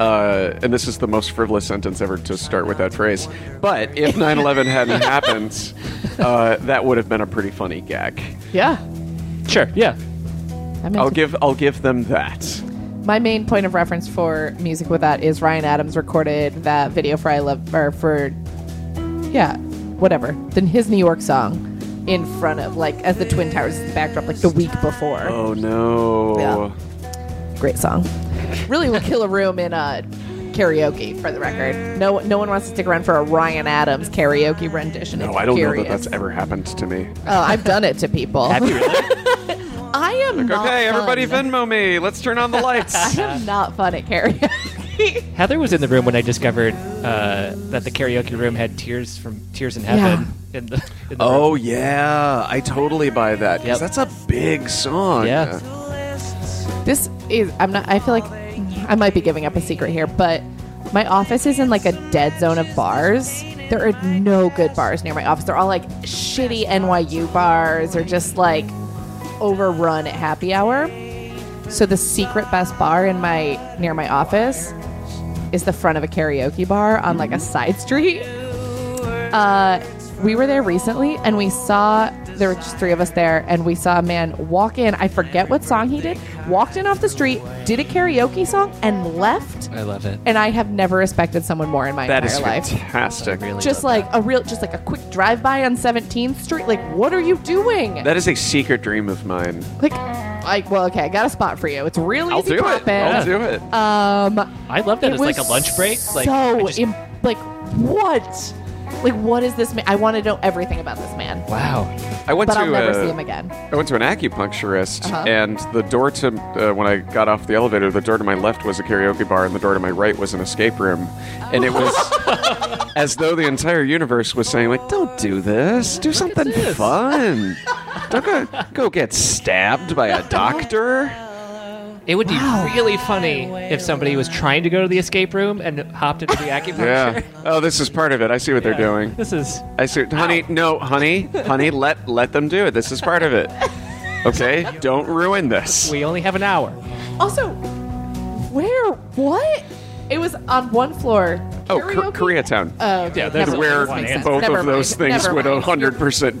uh, and this is the most frivolous sentence ever to start with that phrase, but if 9 11 hadn't happened, uh, that would have been a pretty funny gag. Yeah. Sure. Yeah. I'm into I'll give, I'll give them that. My main point of reference for music with that is Ryan Adams recorded that video for I Love or for yeah, whatever. Then his New York song in front of like as the Twin Towers is the backdrop like the week before. Oh no. Great song. Really will kill a room in uh karaoke for the record. No no one wants to stick around for a Ryan Adams karaoke rendition. No, It's Oh, I don't know that curious. that's ever happened to me. Oh, I've done it to people. Happy really? I am not Okay, everybody fun. Venmo me. Let's turn on the lights. I am not fun at karaoke. Heather was in the room when I discovered uh, that the karaoke room had tears from Tears in Heaven. In the, in the room. Oh yeah, I totally buy that. 'cause Yep. That's a big song. Yeah. This is I'm not I feel like I might be giving up a secret here, but my office is in like a dead zone of bars. There are no good bars near my office. They're all like shitty NYU bars or just like overrun at happy hour. So the secret best bar in my near my office is the front of a karaoke bar on like a side street. Uh, we were there recently and we saw there were just three of us there and we saw a man walk in. I forget what song he did. Walked in off the street, did a karaoke song, and left. I love it. And I have never respected someone more in my That entire is life. fantastic. Really Just love like a real, just like a quick drive by on 17th Street. Like, what are you doing? That is a secret dream of mine. like, like, well, okay, I got a spot for you. It's really I'll easy Uh, do it. poppin'. I'll do it. that. I love that Um, It it's like a was lunch break. Like so I just- im- like what? Like what is this man? I want to know everything about this man, wow. I went but to I'll never uh, see him again. I went to an acupuncturist, Uh-huh. and the door to uh, when I got off the elevator, the door to my left was a karaoke bar, and the door to my right was an escape room, and it was Oh. as though the entire universe was saying, like, "Don't do this. Do something this." fun. Don't go, go get stabbed by Oh, a doctor." It would Wow. be really funny if somebody was trying to go to the escape room and hopped into the acupuncture. Uh, Yeah. Oh, this is part of it. I see what they're doing. This is I see. Honey, no, honey, honey, let let them do it. This is part of it. Okay, don't ruin this. we only have an hour. Also, where? What? It was on one floor. Oh, K- Karaoke? Koreatown. Oh, okay, Yeah, there's never where mind. This makes sense. Both Never of those mind. things Never would mind. 100%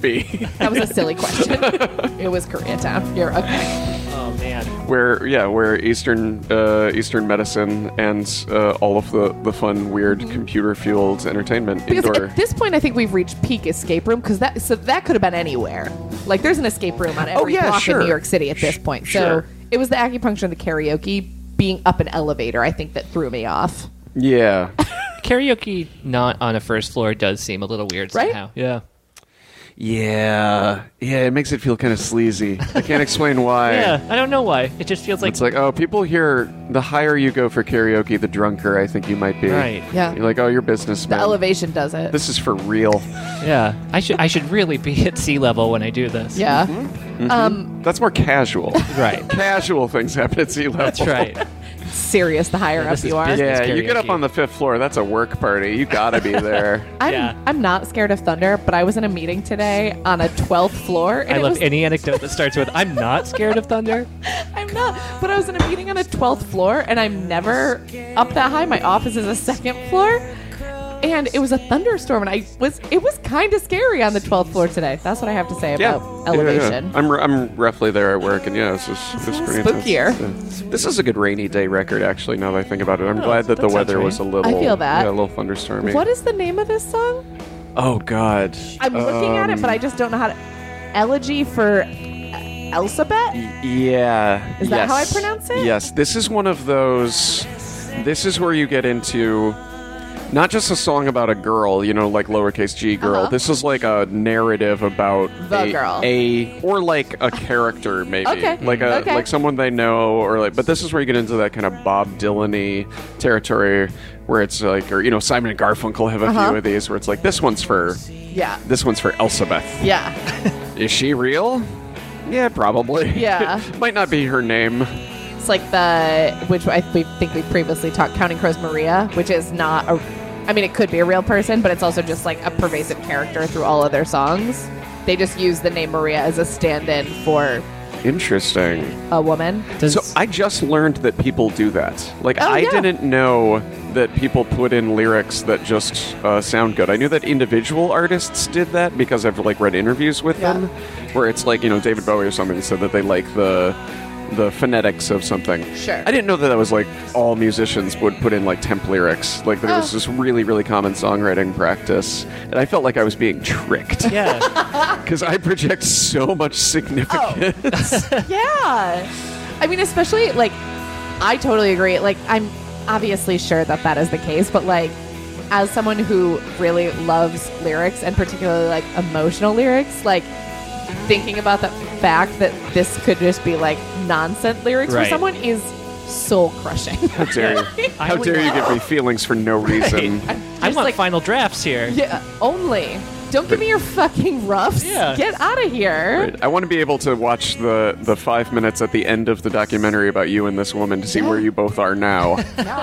be That was a silly question. it was Koreatown. You're okay. Oh man. where, yeah, where Eastern uh, Eastern medicine and uh, all of the, the fun, weird, computer fueled entertainment Mm-hmm. Because indoor. at this point, I think we've reached peak escape room because that so that could have been anywhere. Like there's an escape room on every Oh, yeah, block sure. in New York City at this Sh- point. sure. So it was the acupuncture and the karaoke being up an elevator. I think that threw me off. yeah. Karaoke not on a first floor does seem a little weird Right? somehow. Yeah. Yeah. Yeah, it makes it feel kind of sleazy. I can't explain why. Yeah. I don't know why. It just feels like It's like, oh, people here, the higher you go for karaoke, the drunker I think you might be. Right. Yeah. You're like, oh, you're The businessman. elevation does it. This is for real. yeah. I should I should really be at sea level when I do this. yeah. Mm-hmm. Um, That's more casual. Right. casual things happen at sea level. That's right. serious. The higher up this is you are, business. Yeah, It's you get up karaoke. on the fifth floor. That's a work party. You gotta be there. I'm Yeah. I'm not scared of thunder, but I was in a meeting today on a 12th floor. And I it love was, any anecdote that starts with "I'm not scared of thunder." I'm not, but I was in a meeting on a 12th floor, and I'm never up that high. My office is a second floor. And it was a thunderstorm, and I was it was kind of scary on the 12th floor today. That's what I have to say Yeah. about Yeah, yeah, yeah. Oh, elevation. I'm, r- I'm roughly there at work, and yeah, this is, this is pretty intense. Spookier. Yeah. This is a good rainy day record, actually, now that I think about it. Oh, I'm glad that, that the weather sounds was a little I feel that. Yeah, a little thunderstormy. What is the name of this song? oh, God. I'm looking at it, but I Um, just don't know how to. Elegy for Elsabet? Yeah. Is that how I yes. pronounce it? Yes. This is one of those. This is where you get into not just a song about a girl, you know, like lowercase g girl. Uh-huh. This is like a narrative about The a, girl. a or like a character, maybe Okay. like a Okay. like someone they know, or like. But this is where you get into that kind of Bob Dylan-y territory, where it's like, or you know, Simon and Garfunkel have a Uh-huh. few of these, where it's like this one's for Yeah. this one's for Elsabeth. Yeah. Is she real? Yeah, probably. Yeah. Might not be her name. It's like the, which I we think we previously talked, Counting Crows Maria, which is not a, I mean, it could be a real person, but it's also just like a pervasive character through all of their songs. They just use the name Maria as a stand in for Interesting. a woman. Does, So I just learned that people do that. Like Oh, I yeah. didn't know that people put in lyrics that just uh, sound good. I knew that individual artists did that because I've like read interviews with Yeah. them, where it's like you know David Bowie or somebody said that they like the the phonetics of something. Sure. I didn't know that that was like all musicians would put in like temp lyrics. Like there was Oh. this really really common songwriting practice, and I felt like I was being tricked yeah, because I project so much Oh. significance. Yeah. I mean, especially like, I totally agree. Like, I'm obviously sure that that is the case, but like, as someone who really loves lyrics and particularly like emotional lyrics, like, thinking about the fact that this could just be like nonsense lyrics Right. for someone is soul crushing. How dare you? I How would- dare you give me feelings for no reason? I Just want like- final drafts here. yeah, only. Don't give me your fucking roughs. Yeah. Get out of here. Right. I want to be able to watch the, the five minutes at the end of the documentary about you and this woman to see where you both are now. That's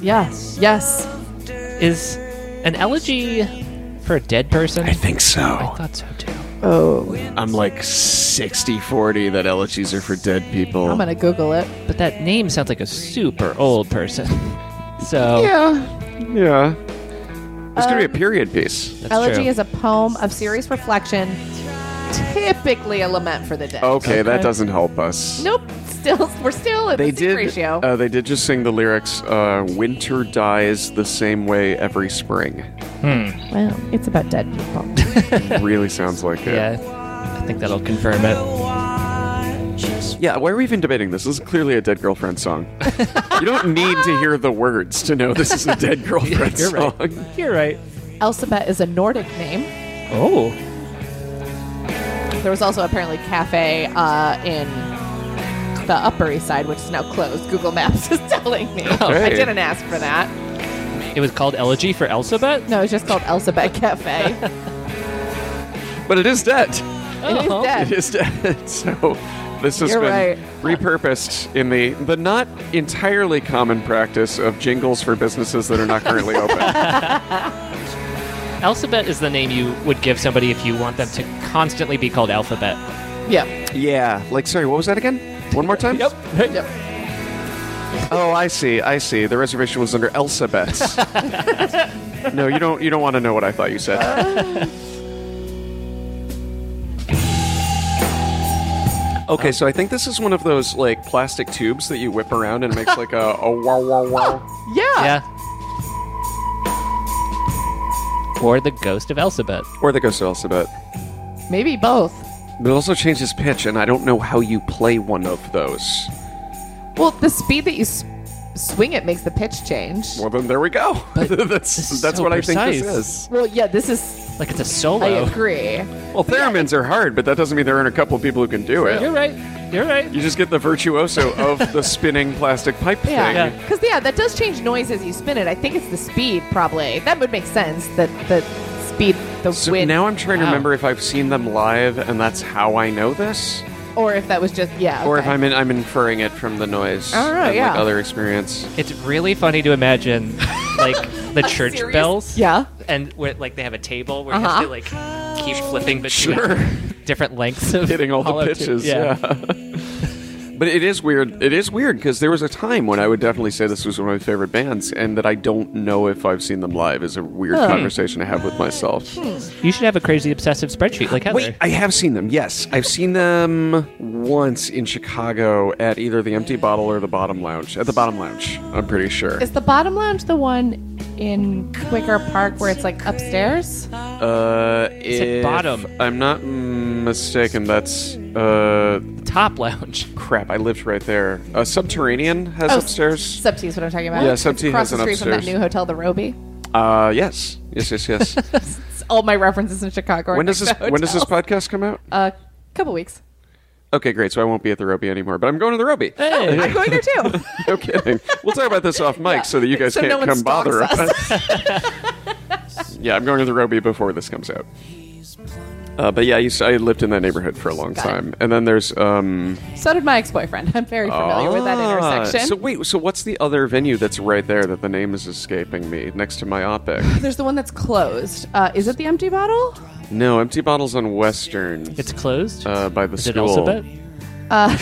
yes. Yes. Is an elegy for a dead person? I think I so. thought so too. Oh, I'm like 60 40 that elegies are for dead people. I'm gonna Google it. But that name sounds like a super old person. So yeah. Yeah. This could be Um, a period piece. that's Elegy true. is a poem of serious reflection, typically a lament for the dead. Okay, that Okay. doesn't help us. Nope. Still, we're still at They the same did. ratio. Uh, they did just sing the lyrics. Uh, Winter dies the same way every spring. well, it's about dead people. really sounds like it. yeah, I think that'll confirm it. Yeah, why are we even debating this? This is clearly a dead girlfriend song. you don't need to hear the words to know this is a dead girlfriend You're song. right. You're right. Elsabet is a Nordic name. Oh, There was also apparently cafe uh, in the Upper East Side, which is now closed. Google Maps is telling me. I Hey. didn't ask for that. it was called elegy for Elsabet. No, it's just called Elsabet Cafe. it is But it is dead. Oh. dead. It is dead. So this has You're right. been repurposed in the the not entirely common practice of jingles for businesses that are not currently open. Elsabet is the name you would give somebody if you want them to constantly be called Alphabet. Yeah. yeah. Like sorry, what was that again? One more time? Yep. Oh, I see. I see. The reservation was under Elsabeth. no, you don't you don't want to know what I thought you said. Okay, so I think this is one of those like plastic tubes that you whip around and it makes like a, a wow wow wow. Yeah. Yeah. Or the ghost of Elsabet. Or that goes to Elsabeth. Maybe both. But it also changes pitch, and I don't know how you play one of those. Well, the speed that you s- swing it makes the pitch change. Well, then there we go. But that's this is that's so what I think precise. this is. Well, yeah, this is. Like it's a I solo. agree. Well, theremins are hard, but that doesn't mean there aren't a couple people who can do it. You're right. You're right. You just get the virtuoso of the spinning plastic pipe Yeah, thing. because yeah. that does change noise as you spin it. I think it's the speed, probably. That would make sense. That the speed, the So wind, now I'm trying to Wow. remember if I've seen them live, and that's how I know this, or if that was just yeah, or if okay. I'm in, I'm inferring it from the noise All right, and like yeah. other experience. It's really funny to imagine, like the church serious- bells. yeah, And where like they have a table where you Uh-huh. have to like keep flipping between Sure. different lengths of Hitting all the hollow tube. pitches, yeah. But it is weird. It is weird because there was a time when I would definitely say this was one of my favorite bands, and that I don't know if I've seen them live is a weird conversation I have with myself. Hmm. You should have a crazy obsessive spreadsheet like Heather. Wait, I have seen them. Yes, I've seen them once in Chicago at either the Empty Bottle or the Bottom Lounge. At the Bottom Lounge, I'm pretty sure. Is the bottom lounge the one in Wicker Park where it's like upstairs? Uh, at if Bottom. I'm not mistaken. That's uh, Top lounge. crap. I lived right there. Uh, Subterranean has Oh, upstairs. Subtea is what I'm talking about. Yeah, It's Subtea Across has the an street from that upstairs. new hotel, the Roby. Uh, yes, yes, yes, yes. It's all my references in Chicago. Are when does next this to When does this hotels. podcast come out? A couple weeks. Okay, great. So I won't be at the Roby anymore, but I'm going to the Roby. Uh, Hey. I'm going there too. No kidding. We'll talk about this off mic so that you guys So can't no one come stalks bother us. yeah, I'm going to the Roby before this comes out. Uh, but yeah, I, used to- I lived in that neighborhood for a long Got it. time, and then there's um. so did my ex-boyfriend. I'm very familiar with that ah, intersection. So wait, so what's the other venue that's right there that the name is escaping me next to my op-ed? There's the one that's closed. Uh, is it the empty bottle? no, Empty Bottles on Western. It's closed. uh, by the Is it school. alphabet?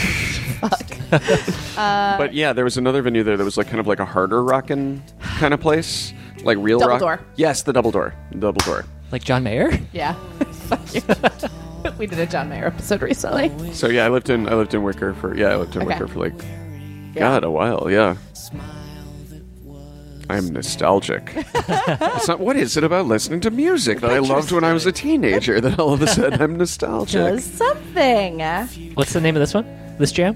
Uh, But yeah, there was another venue there that was like kind of like a harder rockin' kind of place, like real Double rock. Door. Yes, the double door, double door. Like John Mayer? Yeah. Fuck you. we did a John Mayer episode recently. So yeah, I lived in I lived in Wicker for yeah I lived in Okay. Wicker for like God a while yeah. I'm nostalgic. It's not- what is it about listening to music that I loved when I was a teenager that all of a sudden I'm nostalgic? Does something. What's the name of this one? This jam?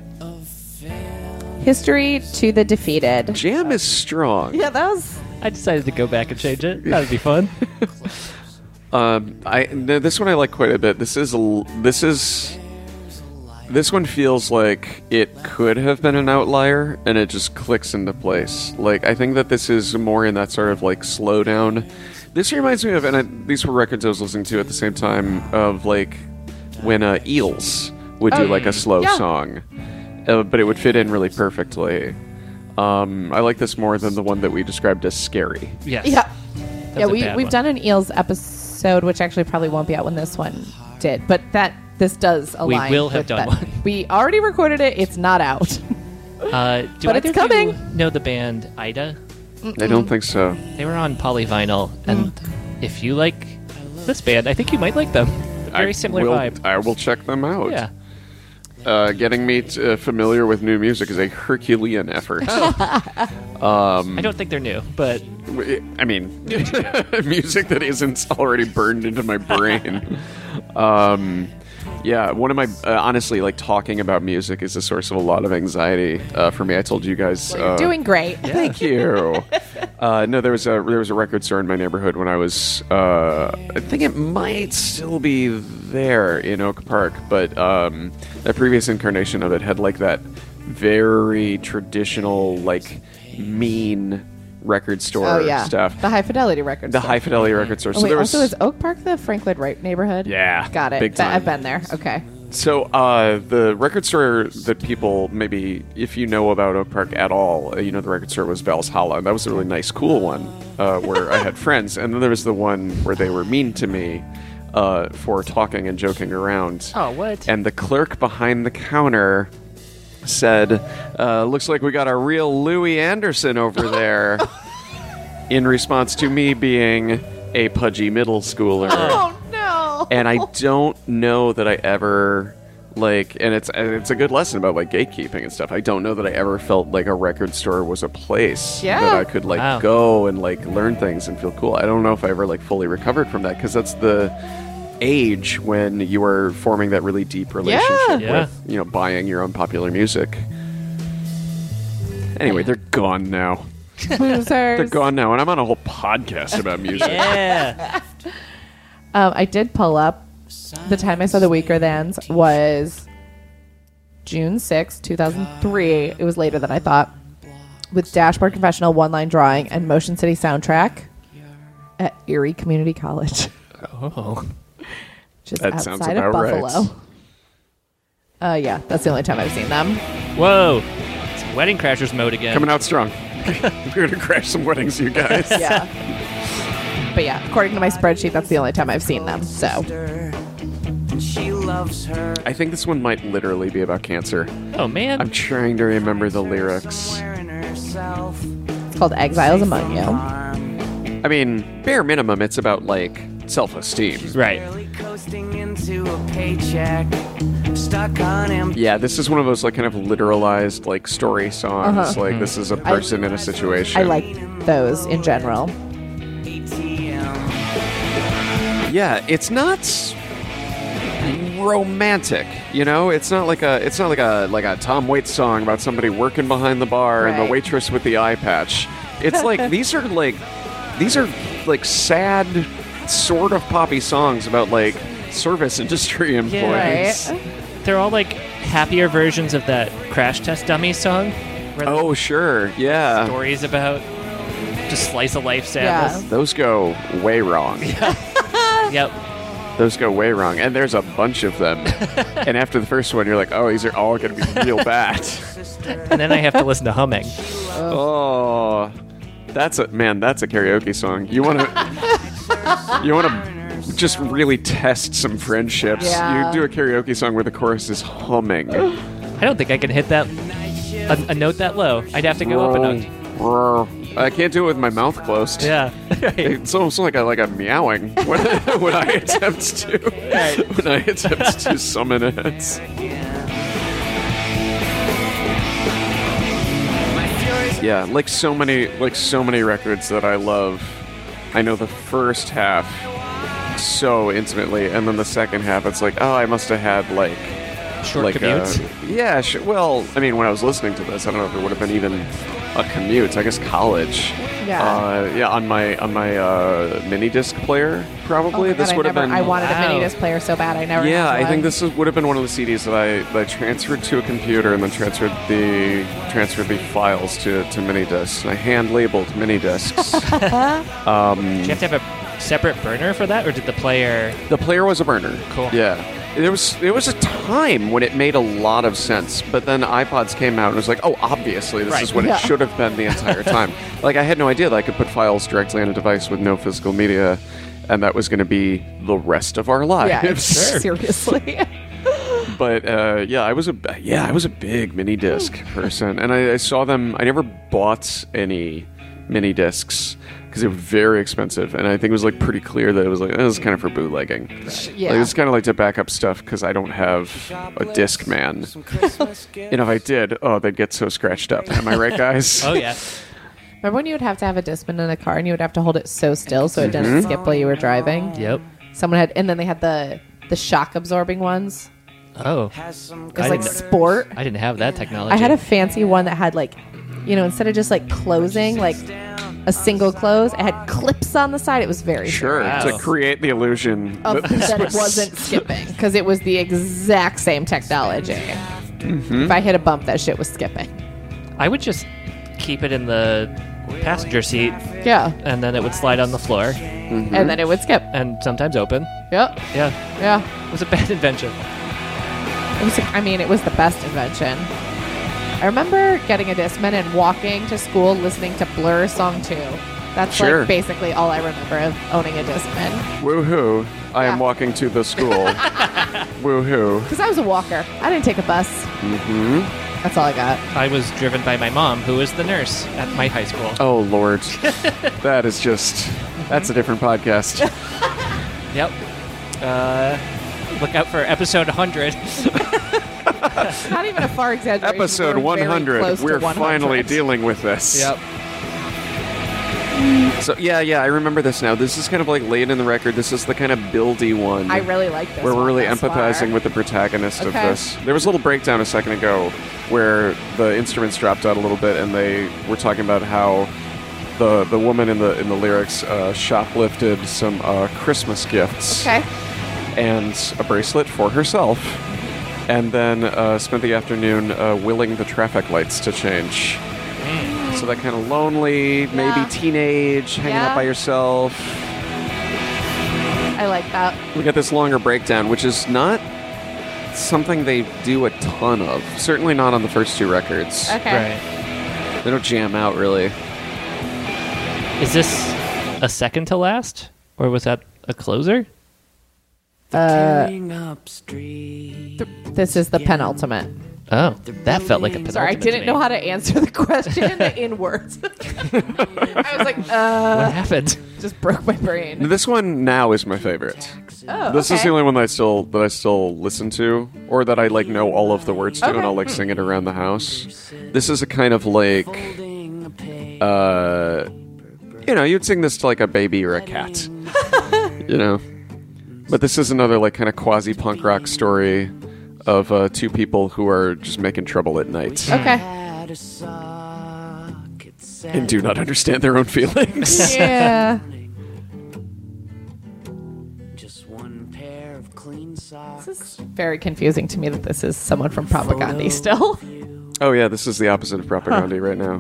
History to the defeated. Jam is strong. Yeah, that was. I decided to go back and change it. That would be fun. Um, I no, this one I like quite a bit. This is l- this is this one feels like it could have been an outlier, and it just clicks into place. Like I think that this is more in that sort of like slow down. This reminds me of, and I, these were records I was listening to at the same time of like when uh, Eels would do like a slow Oh, yeah. song, uh, but it would fit in really perfectly. Um, I like this more than the one that we described as scary. Yes. Yeah. yeah, a we, bad we've one. done an Eels episode, which actually probably won't be out when this one did, but that this does align. will have with done that. one. We already recorded it. It's not out. Uh, do either But it's of coming. You know the band Ida? I don't think so. They were on Polyvinyl, and if you like this band, I think you might like them. Very I similar will- vibe. I will check them out. Yeah. Uh, getting me t- uh, familiar with new music is a Herculean effort. Oh. I don't think they're new, but W- I mean, music that isn't already burned into my brain. um, yeah, one of my uh, honestly, like talking about music is a source of a lot of anxiety uh, for me. I told you guys. You're uh, doing great. Thank you. uh, no, there was a there was a record store in my neighborhood when I was. Uh, I think it might still be there in Oak Park, but um, the previous incarnation of it had like that very traditional, like mean record store Oh, yeah. stuff. The high fidelity records. The high fidelity record store. Oh, so wait, there was also, is Oak Park the Frank Lloyd Wright neighborhood? Yeah, Got it. big That- I've been time. there. Okay. So uh, the record store that people maybe, if you know about Oak Park at all, uh, you know the record store was Valhalla, and that was a really nice, cool one uh, where I had friends. And then there was the one where they were mean to me uh, for talking and joking around. Oh, what? And the clerk behind the counter said, uh, "Looks like we got a real Louis Anderson over there." in response to me being a pudgy middle schooler Oh, no. and I don't know that I ever like and it's and it's a good lesson about like gatekeeping and stuff. I don't know that I ever felt like a record store was a place Yeah. that I could like Wow. go and like learn things and feel cool. I don't know if I ever like fully recovered from that cuz that's the age when you are forming that really deep relationship Yeah. with, you know, buying your own popular music. Anyway, they're gone now. They're Losers. gone now and I'm on a whole podcast about music. yeah. Um, I did pull up. The time I saw the Weaker Thans was June sixth, two 2003. It was later than I thought. With Dashboard Confessional, One Line Drawing, and Motion City Soundtrack at Erie Community College, Oh. which is That sounds outside of about right. Buffalo. Uh, yeah, that's the only time I've seen them. Whoa. It's Wedding Crashers mode again. Coming out strong. We're going to crash some weddings, you guys. Yeah. but yeah, according to my spreadsheet, that's the only time I've seen them. So She loves her. I think this one might literally be about cancer. Oh man, I'm trying to remember the lyrics. Somewhere in herself, It's called Exiles Among safe from You. harm. I mean, bare minimum, it's about like self-esteem. right. Barely coasting into a paycheck, stuck on empty. Yeah, this is one of those like kind of literalized like story songs. Like this is a person in a situation. Uh-huh. Mm-hmm. I like those in general. ATM. Yeah, it's not s- romantic. You know, it's not like a it's not like a like a Tom Waits song about somebody working behind the bar and Right. the waitress with the eye patch. It's like these are like these are like sad sort of poppy songs about like service industry employees. right. They're all like happier versions of that crash test dummy song. where Oh sure, the yeah. stories about just slice of life sadness. Those go way wrong. Yep. Those go way wrong, and there's a bunch of them. and after the first one, you're like, oh, these are all going to be real bad. And then I have to listen to humming. Oh, that's a man. That's a karaoke song. You want to, you want to, just really test some friendships. Yeah. You do a karaoke song where the chorus is humming. I don't think I can hit that a, a note that low. I'd have to go up a note. I can't do it with my mouth closed. Yeah. Right. It's almost like a like a meowing when, when I attempt to when I attempt to summon it. Yeah, like so many like so many records that I love. I know the first half so intimately, and then the second half, it's like, oh, I must have had like Short like uh, commutes. A, yeah, sh- well, I mean, when I was listening to this, I don't know if it would have been even a commute. I guess college. Yeah. Uh, yeah, on my on my uh, mini disc player, Oh my probably. God, this I would have never- been. I wanted a Wow. mini disc player so bad. I never. yeah, had I one. think this is, would have been one of the CDs that I, that I transferred to a computer and then transferred the transferred the files to, to mini discs. I hand labeled mini discs. Do you have to have a separate burner for that, or did the player? The player was a burner. Cool. Yeah. There was there was a time when it made a lot of sense, but then iPods came out and it was like, oh, obviously this Right. is what Yeah. it should have been the entire time. like I had no idea that I could put files directly on a device with no physical media, and that was going to be the rest of our Yeah, lives. seriously. But uh, yeah, I was a yeah I was a big mini disc Oh. person, and I, I saw them. I never bought any mini discs because they were very expensive, and I think it was like pretty clear that it was like "Eh, this is kind of for bootlegging. Yeah. Like, it's kind of like to back up stuff because I don't have a disc man. Some Christmas gifts. And if I did, oh, they'd get so scratched up. Am I right, guys? Oh yeah. Remember when you would have to have a discman in a car and you would have to hold it so still so it didn't Mm-hmm. skip while you were driving? yep. Someone had, and then they had the the shock absorbing ones. Oh, Has some It was I like didn't- sport. I didn't have that technology. I had a fancy one that had like, you know, instead of just like closing, like a single close, it had clips on the side. It was very Sure, Wow. to create the illusion of, that this that it was- wasn't skipping because it was the exact same technology. Mm-hmm. If I hit a bump, that shit was skipping. I would just keep it in the passenger seat, Yeah, and then it would slide on the floor, Mm-hmm. and then it would skip. and sometimes open. Yep, Yeah, yeah. it was a bad invention. It was. I mean, it was the best invention. I remember getting a discman and walking to school listening to Blur song two. That's Sure. like basically all I remember of owning a discman Woohoo! I am Yeah. walking to the school. Woohoo! because I was a walker. I didn't take a bus. Mm-hmm. That's all I got. I was driven by my mom, who was the nurse at my high school. Oh Lord, that is just that's a different podcast. Yep. Uh, look out for episode 100. Not even a far exaggeration. Episode We're very 100. close to We're finally 100. dealing with this. So yeah, yeah, I remember this now. This is kind of like laid in the record. This is the kind of buildy one. I really like this. where we're one really thus far. empathizing with the protagonist of Okay. this. There was a little breakdown a second ago where the instruments dropped out a little bit, and they were talking about how the the woman in the in the lyrics uh, shoplifted some uh, Christmas gifts Okay. and a bracelet for herself, and then uh, spent the afternoon uh, willing the traffic lights to change. Mm. So that kind of lonely, Yeah. maybe teenage, hanging Yeah. out by yourself. I like that. We got this longer breakdown, which is not something they do a ton of. Certainly not on the first two records. Okay. Right. They don't jam out really. Is this a second to last? Or was that a closer? uh, Tearing up street. This is the penultimate. Oh, that felt like a penultimate. Sorry, I to didn't know me. how to answer the question in words. I was like, uh, What happened? just broke my brain. This one now is my favorite. Oh, This is okay. the only one that I still that I still listen to, or that I like know all of the words to, Okay. Hmm. and I'll like sing it around the house. This is a kind of like, Holding a page. uh, you know, you'd sing this to like a baby or a cat, you know. But this is another like kind of quasi punk rock story of uh, two people who are just making trouble at night Okay. Had a sock. It said and do not understand their own feelings. Yeah. Just one pair of clean socks. This is very confusing to me that this is someone from Propaganda still. oh yeah, this is the opposite of propaganda right now.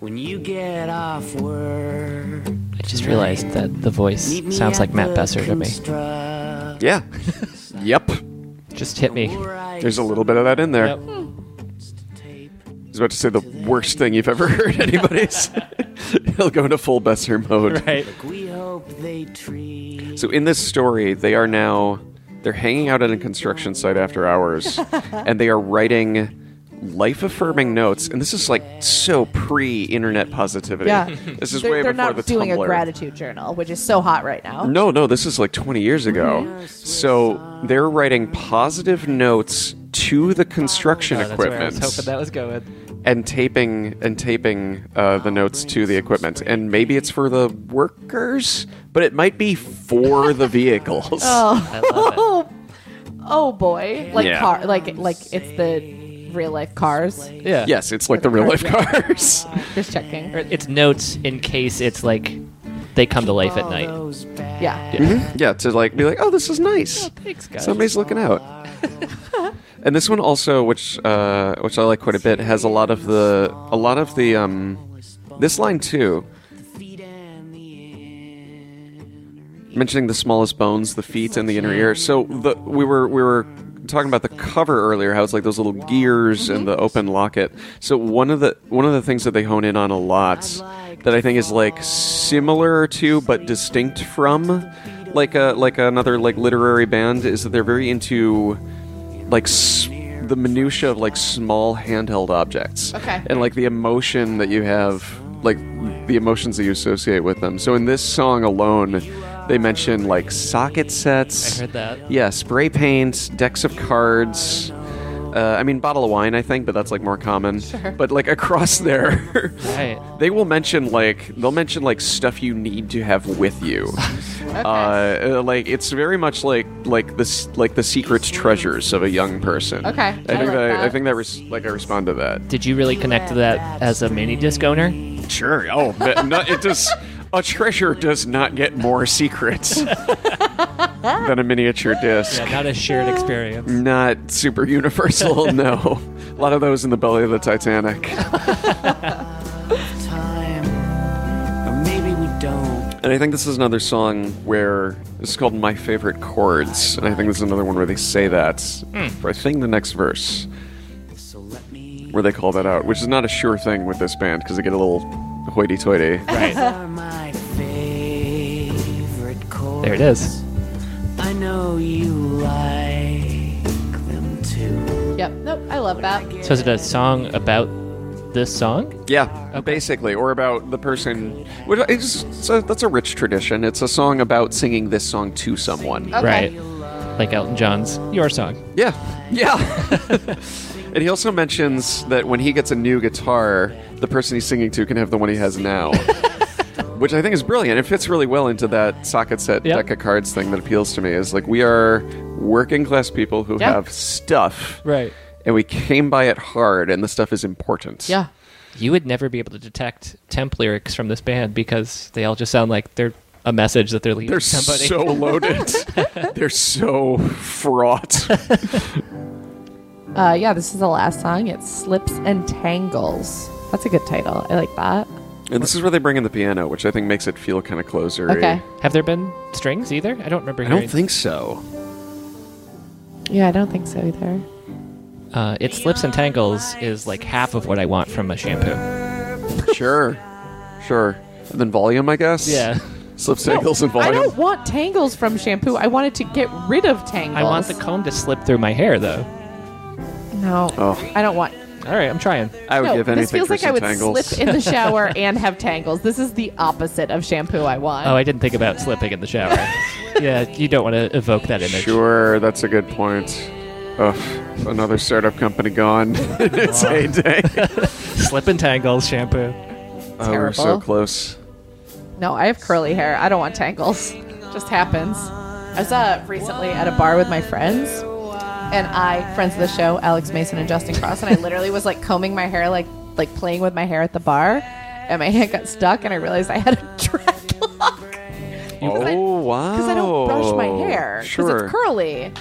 When you get off work, I just realized that the voice sounds like Matt Besser to me. me. Yeah. yep. Just hit me. There's a little bit of that in there. Yep. I was about to say the worst thing you've ever heard anybody's. He'll go into full Besser mode. Right. We hope they treat. So in this story, they are now they're hanging out at a construction site after hours, and they are writing life-affirming notes. And this is like so pre-internet positivity. Yeah. This is way They're, they're before not the doing Tumblr. a gratitude journal, which is so hot right now. No, no, this is like 20 years ago. So they're writing positive notes to the construction Oh, that's where I equipment. was hoping that was going. and taping and taping uh, the notes to the equipment, and maybe it's for the workers, but it might be for the vehicles. I love it. Oh, oh boy! Like Yeah. car, like like it's the real life cars. Yeah. Yes, it's like the real life cars. Just checking. Or It's notes in case it's like they come to life at night. Those bad Yeah. yeah, to like be like, oh, this is nice. Thanks, guys. Somebody's looking out. and this one also, which uh, which I like quite a bit, has a lot of the a lot of the um, this line too. feet and the inner. mentioning the smallest bones, the feet, and the inner ear. So the, we were we were talking about the cover earlier, how it's like those little gears and the open locket. So one of the one of the things that they hone in on a lot that I think is like similar to but distinct from like a like another like literary band is that they're very into like s- the minutia of like small handheld objects Okay. and like the emotion that you have like the emotions that you associate with them so in this song alone they mention like socket sets I heard that. yeah spray paint decks of cards uh, i mean bottle of wine i think but that's like more common but like across there Right. they will mention like they'll mention like stuff you need to have with you uh, uh, like it's very much like like this like the secret treasures of a young person Okay, i I think like that, i that. think that res- like i respond to that Did you really connect to that as a mini disc owner? sure oh but no, it does a treasure does not get more secrets than a miniature disc not a shared experience. not super universal no a lot of those in the belly of the titanic time. Or maybe we don't. And I think this is another song where this is called My Favorite Chords. And I think this is another one where they say that. For I think the next verse So let me. where they call that out, which is not a sure thing with this band because they get a little hoity toity. Right. Are my favorite chords. There it is. I know you like them too. Yep. Nope. I love that. So is it a song about this song? Yeah, basically. Or about the person. Which is, it's a, that's a rich tradition. It's a song about singing this song to someone. Okay. Right. Like Elton John's Your Song. Yeah, yeah. and he also mentions that when he gets a new guitar, the person he's singing to can have the one he has now. Which I think is brilliant. It fits really well into that socket set Yep. deck of cards thing that appeals to me. Is like we are working class people who Yeah. have stuff, Right. and we came by it hard, and the stuff is important. Yeah. You would never be able to detect temp lyrics from this band because they all just sound like they're a message that they're leaving they're somebody. so loaded. they're so fraught. Uh, yeah. This is the last song. It's "Slips and Tangles." That's a good title. I like that. and this is where they bring in the piano, which I think makes it feel kind of closer. Okay. Have there been strings either? I don't remember I hearing. don't think so. Yeah, I don't think so either. Uh, it slips and tangles is like half of what I want from a shampoo. Sure. Sure. And then volume, I guess. Slip singles and I volume. don't want tangles from shampoo. I wanted to get rid of tangles. I want the comb to slip through my hair, though. no. Oh. I don't want. All right, I'm trying. I would no, give anything this feels for like some I would tangles. slip in the shower and have tangles. This is the opposite of shampoo I want. Oh, I didn't think about slipping in the shower. yeah, you don't want to evoke that image. Sure, that's a good point. Ugh, another startup company gone in its heyday. Slip and tangles shampoo. Oh, we're so Terrible. close. No, I have curly hair. I don't want tangles. Just happens. I was uh, recently at a bar with my friends, and I friends of the show, Alex Mason and Justin Cross, and I literally was like combing my hair, like like playing with my hair at the bar, and my hand got stuck, and I realized I had a dreadlock Oh, wow. because I don't brush my hair because Oh, Sure. it's curly,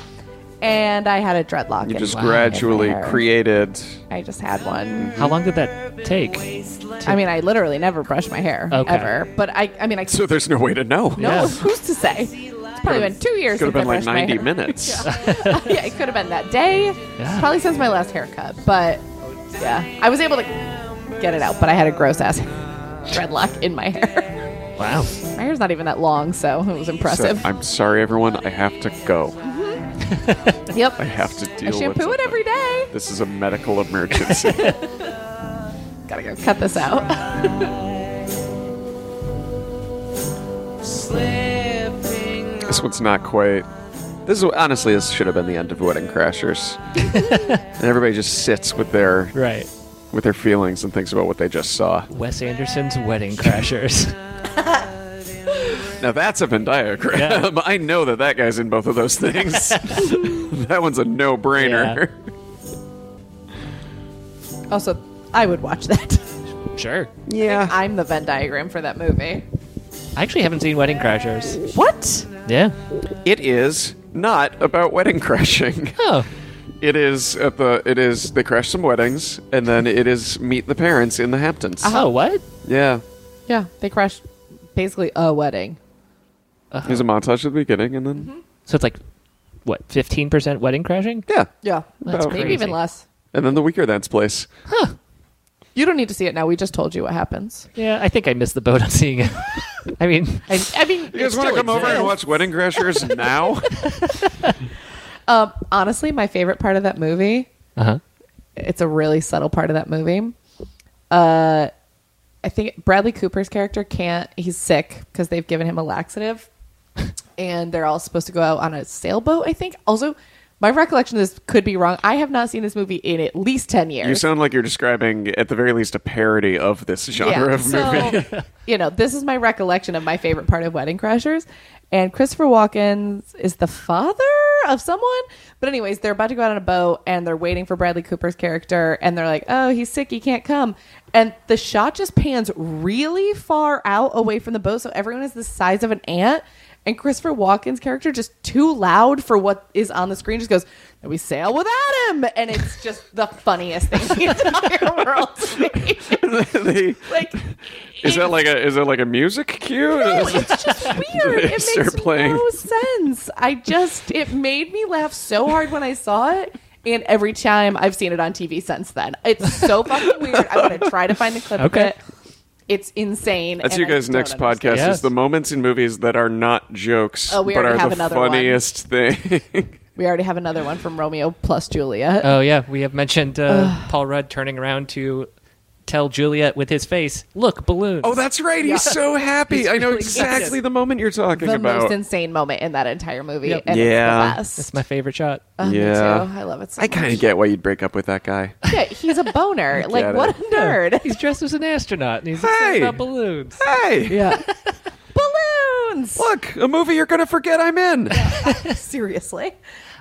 and I had a dreadlock. You in just my- in my gradually hair. created. I just had one. How long did that take? Mm. I mean, I literally never brush my hair Okay. ever, but I I mean I So there's no way to know. no Yeah. who's to say. It's probably been two years. Could have since I brushed been like my 90 hair. minutes. yeah, it could have been that day. Yeah. Probably since my last haircut, but yeah, I was able to get it out, but I had a gross ass dreadlock in my hair. Wow. My hair's not even that long, so it was So, impressive. I'm sorry, everyone. I have to go. yep, I have to I deal with shampoo it something. every day. This is a medical emergency. Gotta go cut this out. Slipping this one's not quite. This is honestly, this should have been the end of Wedding Crashers. and everybody just sits with their Right. with their feelings and thinks about what they just saw. Wes Anderson's Wedding Crashers. Now that's a Venn diagram. Yeah. I know that that guy's in both of those things. that one's a no-brainer. also, I would watch that. sure. Yeah. I'm the Venn diagram for that movie. I actually haven't seen Wedding Crashers. What? Yeah. it is not about wedding crashing. Oh. It is at the it is they crash some weddings and then it is meet the parents in the Hamptons. Oh, what? Yeah. Yeah, they crashed basically a wedding. Uh-huh. There's a montage at the beginning and then Mm-hmm. So it's like, what, 15% wedding crashing? yeah. Yeah, That's Oh, maybe crazy. even less. And then the weaker dance place. You don't need to see it now. We just told you what happens. Yeah, I think I missed the boat on seeing it. I mean, I, I mean, You guys want to come over and watch Wedding Crashers now? Um, honestly, my favorite part of that movie, uh huh. it's a really subtle part of that movie. Uh, I think Bradley Cooper's character can't, he's sick because they've given him a laxative and they're all supposed to go out on a sailboat, I think. Also, my recollection of this could be wrong. I have not seen this movie in at least 10 years. you sound like you're describing at the very least a parody of this genre of movie. So, you know, this is my recollection of my favorite part of Wedding Crashers. And Christopher Walken is the father of someone. But, anyways, they're about to go out on a boat and they're waiting for Bradley Cooper's character. And they're like, oh, he's sick. He can't come. And the shot just pans really far out away from the boat. So everyone is the size of an ant. And Christopher Walken's character, just too loud for what is on the screen, just goes, and we sail without him. And it's just the funniest thing in the entire world to me. They- Like, is it- that like a is that like a music cue? no, it's just weird. It Start makes playing. no sense. I just it made me laugh so hard when I saw it. And every time I've seen it on TV since then, it's so fucking weird. I'm gonna try to find the clip Okay. of it. It's insane. That's and you I guys' don't next understand. podcast. Yes. Is the moments in movies that are not jokes, Oh, we but already are have the another one. funniest thing. We already have another one from Romeo plus Juliet. Uh, Oh, yeah. We have mentioned uh, Paul Rudd turning around to tell Juliet with his face, look, balloons. oh, that's right. He's Yeah. so happy. I know really exactly excited. the moment you're talking the about. most insane moment in that entire movie, Yep. and Yeah. it's the best. That's my favorite shot. Oh, me Yeah. too. I love it. So I kind of much. get why you'd break up with that guy. Yeah, he's a boner. like it. what a nerd. He's dressed as an astronaut and he's Hey! excited about balloons. Hey, Yeah. Balloons. look, a movie you're gonna forget I'm in. Seriously.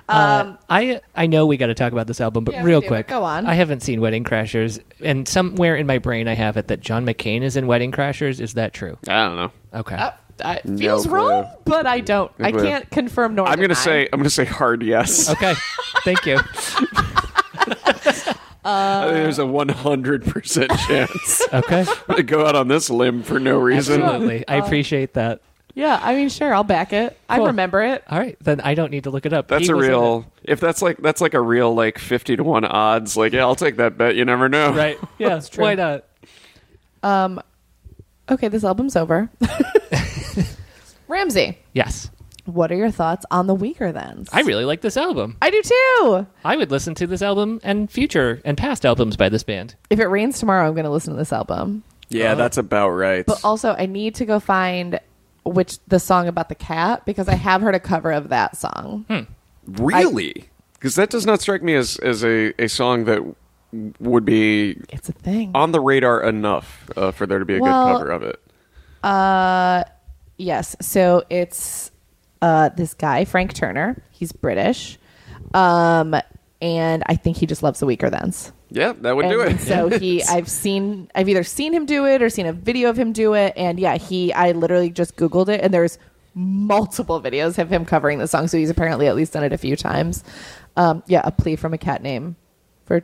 Uh, I I know we got to talk about this album, but Yeah, we real do, quick, but go on. I haven't seen Wedding Crashers, and somewhere in my brain I have it that John McCain is in Wedding Crashers. Is that true? I don't know. Okay. Uh, it No feels clue. wrong, but I don't. I clue. can't confirm nor. I'm gonna deny. say I'm gonna say hard yes. Okay. Thank you. I think There's a 100 percent chance Okay. to go out on this limb for no reason. Absolutely. Uh, I appreciate that. Yeah, I mean, sure, I'll back it. I Cool. remember it. All right, then I don't need to look it up. That's He a was in real. If that's like that's like a real like 50 to one odds. Like yeah, I'll take that bet. You never know. it. Right. Yeah. That's true. Why not? Okay, this album's over. Ramsey, Yes. what are your thoughts on the weaker then? I really like this album. I do too. I would listen to this album and future and past albums by this band. If it rains tomorrow, I'm going to listen to this album. Yeah, Uh, that's about right. But also, I need to go find which the song about the cat because I have heard a cover of that song. Hmm. really? Because that does not strike me as, as a, a song that w- would be It's a thing. on the radar enough uh, for there to be a Well- good cover of it. Yes. So it's uh, this guy, Frank Turner. He's British. Um, and I think he just loves the weaker thens. Yeah, that would do And it. So he, I've seen, I've either seen him do it or seen a video of him do it. And yeah, he, I literally just Googled it and there's multiple videos of him covering the song. So he's apparently at least done it a few times. Um, yeah, a plea from a cat name for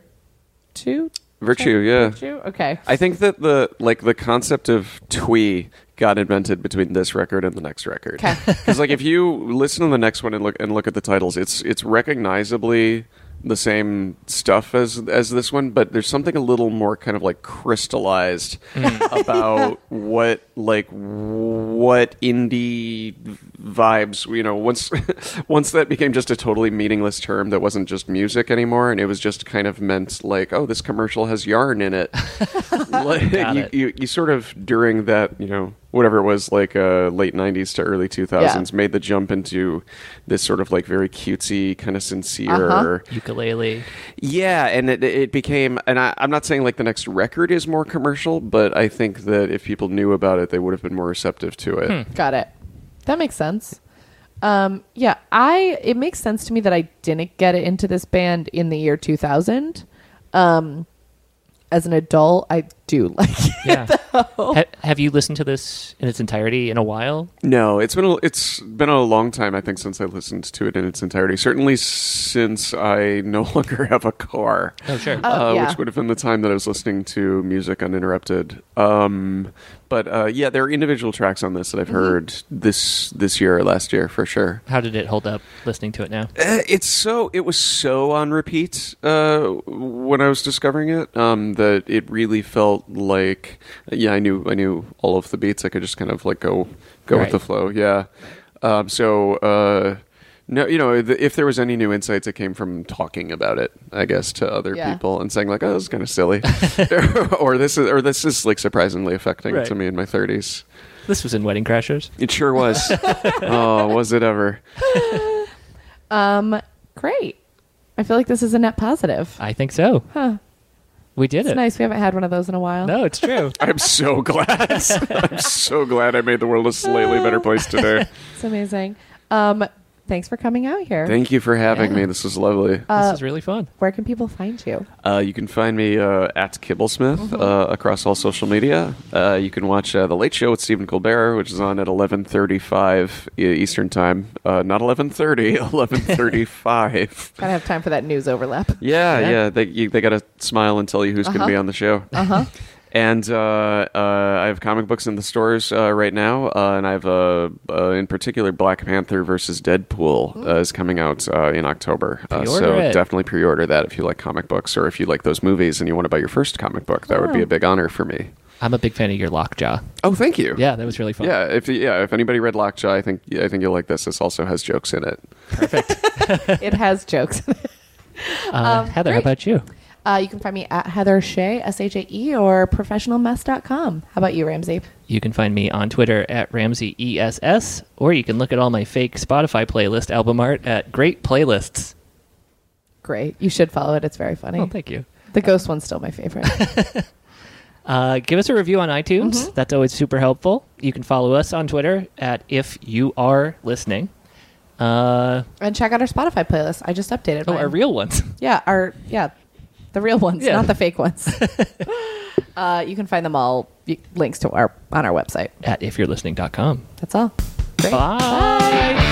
two. Virtue, yeah. Two? Okay. I think that the like the concept of twee got invented between this record and the next record. 'Kay. Because like if you listen to the next one and look and look at the titles, it's it's recognizably the same stuff as as this one, but there's something a little more kind of like crystallized about what like what indie vibes you know once once that became just a totally meaningless term that wasn't just music anymore and it was just kind of meant like oh this commercial has yarn in it like, Got you, it. You, you sort of during that you know whatever it was like uh, late 90s to early 2000s made the jump into this sort of like very cutesy kind of sincere Uh-huh. Ukulele. yeah, and it, it became, and I, I'm not saying like the next record is more commercial, but I think that if people knew about it, they would have been more receptive to it. Hmm. Got it. That makes sense. Um, yeah, I it makes sense to me that I didn't get into this band in the year 2000. Um, as an adult, I do like it. Yeah. ha- have you listened to this in its entirety in a while? No, it's been a, it's been a long time, I think, since I listened to it in its entirety. Certainly since I no longer have a car, Oh, sure. Oh, uh, yeah. which would have been the time that I was listening to music uninterrupted. Um, but uh, yeah, there are individual tracks on this that I've heard this this year or last year for sure. How did it hold up listening to it now? Uh, it's so it was so on repeat uh, when I was discovering it um, that it really felt like yeah I knew I knew all of the beats I could just kind of like go go Right. with the flow yeah um, so uh, no you know th- if there was any new insights it came from talking about it I guess to other Yeah. people and saying like oh this is kind of silly or this is or this is like surprisingly affecting Right. to me in my thirties This was in Wedding Crashers. it sure was oh was it ever Um, great. I feel like this is a net positive. I think so. Huh. We did It's it. nice. We haven't had one of those in a while. No, it's true. I'm so glad. I'm so glad I made the world a slightly better place today. It's amazing. Um, thanks for coming out here. Thank you for having me. This was lovely. Uh, this is really fun. Where can people find you? you can find me uh, at Kibblesmith uh, across all social media. Uh, you can watch uh, The Late Show with Stephen Colbert, which is on at 11.35 E- Eastern Time. Uh, not 11.30, 11.35. Gotta have time for that news overlap. yeah, Yeah. yeah. They, you, they got to smile and tell you who's going to be on the show. Uh-huh. And uh, uh, I have comic books in the stores uh, right now, uh, and I have, uh, uh, in particular, Black Panther versus Deadpool uh, is coming out uh, in October. Uh, so Pre-order it. definitely pre-order that if you like comic books, or if you like those movies and you want to buy your first comic book. That would Oh. be a big honor for me. I'm a big fan of your lockjaw. Oh, thank you. Yeah, that was really fun. yeah. If yeah, if anybody read Lockjaw, I think yeah, I think you'll like this. This also has jokes in it. it has jokes. Uh, Heather, how Um, great. about you? Uh, you can find me at Heather Shea, S H A E, or professionalmess.com. How about you, Ramsey? You can find me on Twitter at Ramsey ESS, or you can look at all my fake Spotify playlist album art at Great Playlists. Great. You should follow it. It's very funny. Oh, thank you. the ghost one's still my favorite. Uh, give us a review on iTunes. Mm-hmm. That's always super helpful. You can follow us on Twitter at If You Are Listening. Uh, and check out our Spotify playlist. I just updated oh, mine. our real ones. Yeah, our yeah, the real ones, Yeah. not the fake ones. uh, you can find them all y- links to our on our website. at ifyou'relistening.com. That's all. Great. Bye.